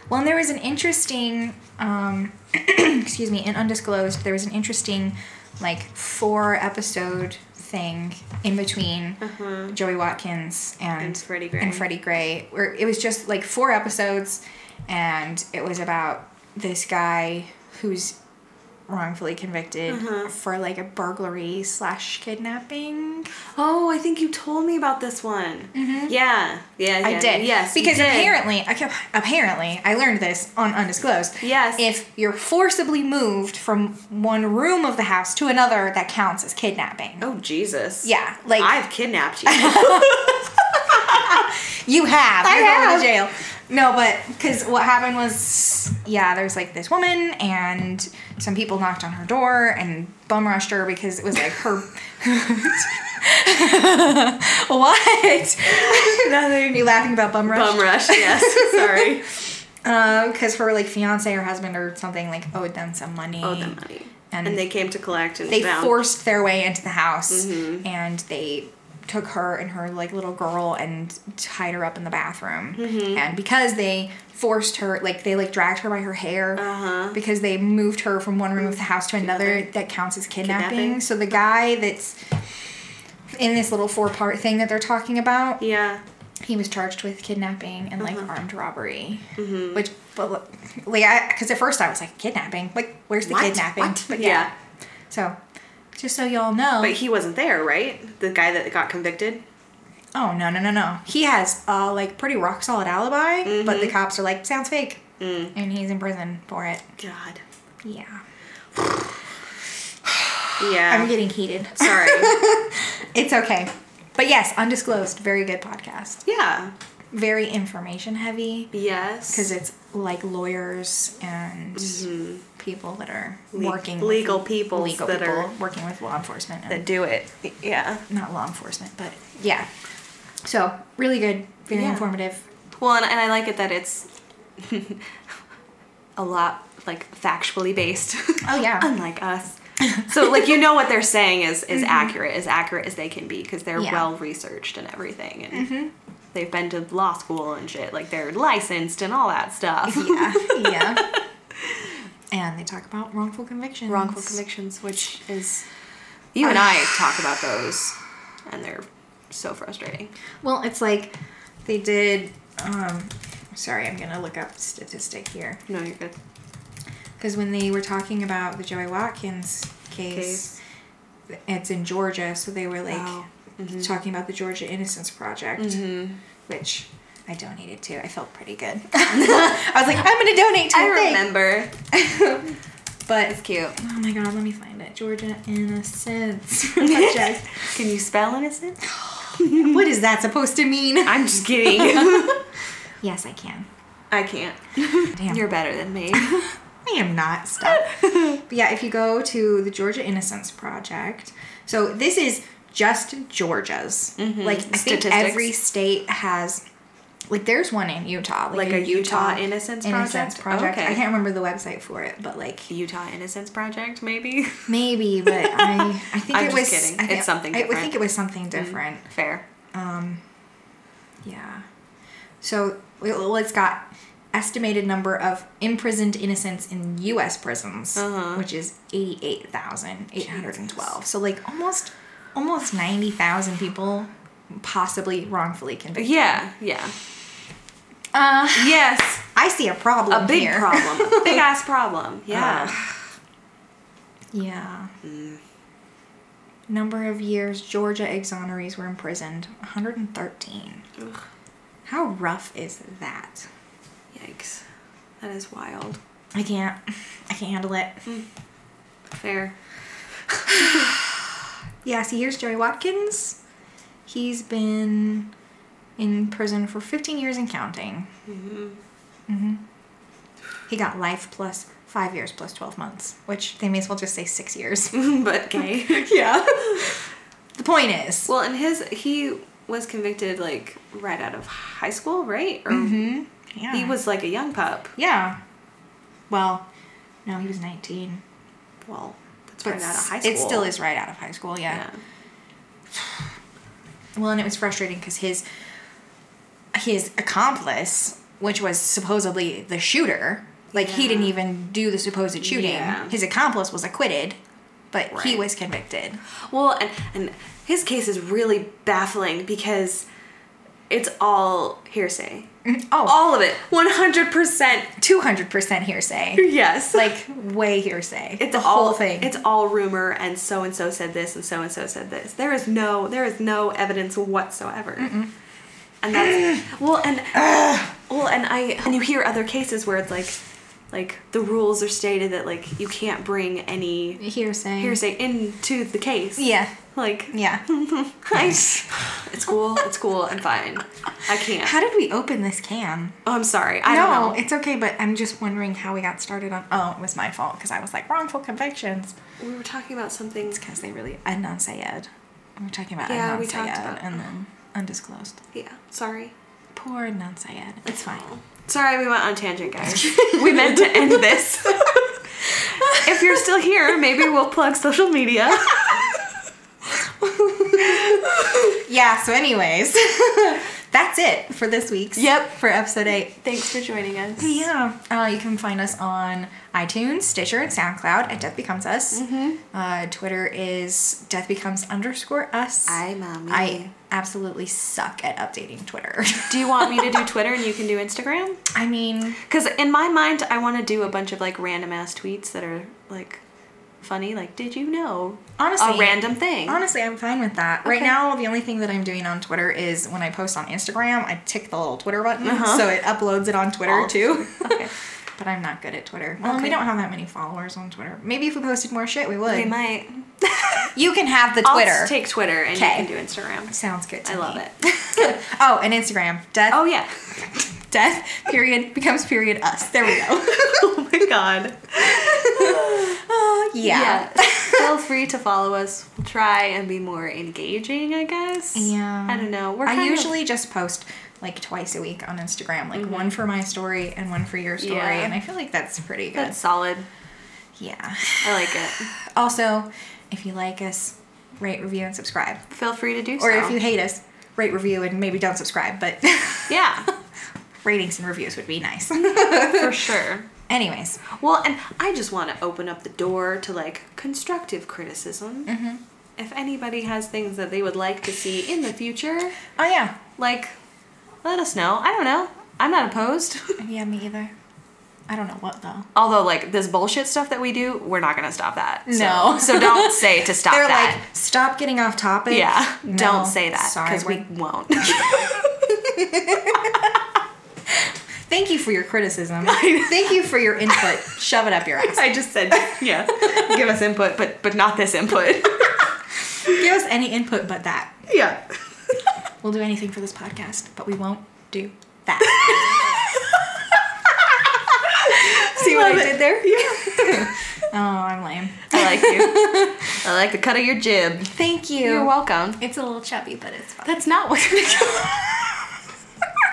Well, and there was an interesting, um, excuse me, an undisclosed. There was an interesting, like four episode thing in between Joey Watkins Mm-hmm. and, And Freddie Gray. and Freddie Gray, where it was just like four episodes, and it was about this guy who's wrongfully convicted Mm-hmm. for like a burglary slash kidnapping. oh, I think you told me about this one. Mm-hmm. Yeah. Yeah. I yeah. did. Yes. you Because did. apparently, I kept, apparently, I learned this on undisclosed. Yes. If you're forcibly moved from one room of the house to another, that counts as kidnapping. Oh Jesus. Yeah, like- I've kidnapped you. You have. I you're going have. to jail. No, but because what happened was, yeah, there's like this woman, and some people knocked on her door and bum rushed her because it was like her. what? Nothing. You laughing about bum rush? Bum rush. Yes. Sorry. because Um, her like fiance or husband or something like owed them some money. Owed them money. And And, they came to collect and They found. forced their way into the house Mm-hmm. and they took her and her like little girl and tied her up in the bathroom. Mm-hmm. And because they forced her, like they like dragged her by her hair Uh-huh. because they moved her from one room of the house to another. That counts as kidnapping. Kidnapping. So the guy that's in this little four part thing that they're talking about yeah. he was charged with kidnapping and Uh-huh. like armed robbery, Mm-hmm. which but like- like I because at first I was like kidnapping, like where's the What? kidnapping? What? But Yeah. yeah. so just so y'all know, But he wasn't there, right? The guy that got convicted? oh no no no no, he has a like pretty rock solid alibi, but Mm-hmm. the cops are like sounds fake, Mm. and he's in prison for it. God. Yeah, Yeah. I'm getting heated. Sorry. It's okay, but yes, undisclosed, very good podcast, yeah. very information heavy. Yes. because it's like lawyers and people that are Mm-hmm. Le- working legal with, peoples legal that people are- working with law enforcement and that do it. Yeah. not law enforcement but yeah so really good very Yeah. informative Well, and, and I like it that it's a lot like factually based. Oh, yeah. Unlike us. so like you know what they're saying is is accurate as accurate as they can be because they're Yeah. well researched and everything and they've been to law school and shit like they're licensed and all that stuff. yeah yeah and they talk about wrongful convictions Wrongful convictions, which is you and I talk about those and they're so frustrating. well it's like they did um sorry i'm gonna look up statistic here No, you're good. because when they were talking about the joey watkins case. Case. Oh, it's in Georgia, so they were like Wow. talking about the Georgia Innocence Project, Mm-hmm. which I donated to. I felt pretty good. I was like, I'm gonna donate to. I the thing." remember. but Cute. oh my god, let me find it. Georgia Innocence Project. Can you spell innocent? what is that supposed to mean? I'm just kidding. yes, I can. I can't. Damn. You're better than me. I am not. Stop. but yeah, if you go to the Georgia Innocence Project, so this is just Georgia's. Like I think Mm-hmm. Statistics. every state has. Like there's one in Utah, Like a Utah Innocence Project? Project. Okay. I can't remember the website for it, but like Utah Innocence Project, maybe? maybe, but I I think I'm it just was kidding. I think- It's something I, I different. Mm-hmm. think it was something different. Fair. Yeah. So well, it's got estimated number of imprisoned innocents in U.S. prisons, Uh-huh. which is eighty-eight thousand eight hundred and twelve. So like almost almost ninety thousand people possibly wrongfully convicted. Yeah, yeah. Uh, Yes, I see a problem. a big here. problem. big ass problem. Yeah. Mm. Yeah. Number of years Georgia exonerees were imprisoned, one hundred and thirteen. Ugh. How rough is that? Yikes. That is wild. I can't. I can't handle it. Fair. Yeah, see, here's Joey Watkins. He's been in prison for 15 years and counting. Mm-hmm. He got life plus five years plus 12 months, which they may as well just say six years. but gay. yeah. the point is, well, and his, he was convicted like right out of high school, right? Or Mm-hmm. yeah. um, He was like a young pup. yeah. Well, no, he was 19. Well, that's But right out of high school. it still is right out of high school, yeah. Yeah. Well, and it was frustrating because his his accomplice, which was supposedly the shooter, like he Yeah. didn't even do the supposed shooting. Yeah. His accomplice was acquitted, but he Right. was convicted. Well, and, and his case is really baffling because it's all hearsay. Oh, All of it. 100%. two hundred percent hearsay, Yes. like way hearsay. it's the all whole thing. It's all rumor and so and so said this and so and so said this. There is no there is no evidence whatsoever. And that's well and well and I and you hear other cases where it's like like the rules are stated that like you can't bring any hearsay. hearsay into the case. Yeah, Like yeah. I, it's cool. It's cool. I'm fine. I can't. How did we open this can? oh, I'm sorry. I no, don't know. it's okay, but I'm just wondering how we got started on. Oh, it was my fault because I was like wrongful convictions. We were talking about something. because they really Adnan Syed. We were talking about Yeah, Adnan we Syed talked about- and then undisclosed. Yeah. Sorry. Poor Adnan Syed. It's fine. Sorry, we went on tangent, guys. we meant to end this. if you're still here, maybe we'll plug social media. Yeah. So, anyways, That's it for this week's. Yep. For episode eight. Thanks for joining us. Yeah. Uh, you can find us on iTunes, Stitcher, and SoundCloud at Death Becomes Us. Mm-hmm. Uh, Twitter is Death Becomes underscore Us. Hi, mommy. I absolutely suck at updating Twitter. do you want me to do Twitter and you can do Instagram? I mean, Because in my mind, I want to do a bunch of like random ass tweets that are like funny. Like, did you know? Honestly- a random thing. honestly, I'm fine with that. Right Okay. now, the only thing that I'm doing on Twitter is when I post on Instagram, I tick the little Twitter button, so it uploads it on Twitter Oh. too. Uh-huh. Okay. but I'm not good at Twitter. Well, we Okay. don't have that many followers on Twitter. Maybe if we posted more shit, we would. we might. You can have the I'll Twitter. take Twitter and Okay. you can do Instagram. Sounds good. To I me. love it. Oh, and Instagram. Death. oh yeah. death. Period becomes period us. There we go. oh my god. Oh yeah. Feel free to follow us. We'll try and be more engaging, I guess. Yeah. I don't know. We're I kind of- usually just post like twice a week on Instagram, like one for my story and one for your story, Mm-hmm. Yeah. and I feel like that's pretty good. that's solid. yeah. I like it. Also, if you like us, rate, review, and subscribe. Feel free to do so. Or if you hate us, rate, review, and maybe don't subscribe, but Yeah. ratings and reviews would be nice. For sure. Anyways, Well, and I just want to open up the door to like constructive criticism. If anybody has things that they would like to see in the future, oh yeah, like let us know. I don't know. I'm not opposed. yeah, me either. I don't know what though. Although, like this bullshit stuff that we do, we're not gonna stop that. So- No. So, don't say to stop They're that. like, stop getting off topic. yeah. No, don't say that Sorry. because We- we won't. Thank you for your criticism. Thank you for your input. Shove it up your ass. I just said yeah. Give us input, but but not this input. Give us any input but that. yeah. We'll do anything for this podcast, but we won't do that. See what I Love it. did there? Yeah. oh, I'm lame. I like you. I like the cut of your jib. Thank you. You're welcome. It's a little chubby, but it's fun. That's not what.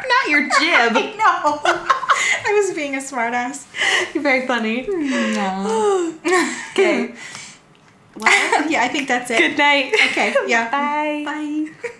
not your jib. No. I was being a smartass. You're very funny. No. Okay. yeah, I think that's it. Good night. Okay. Yeah. Bye. Bye.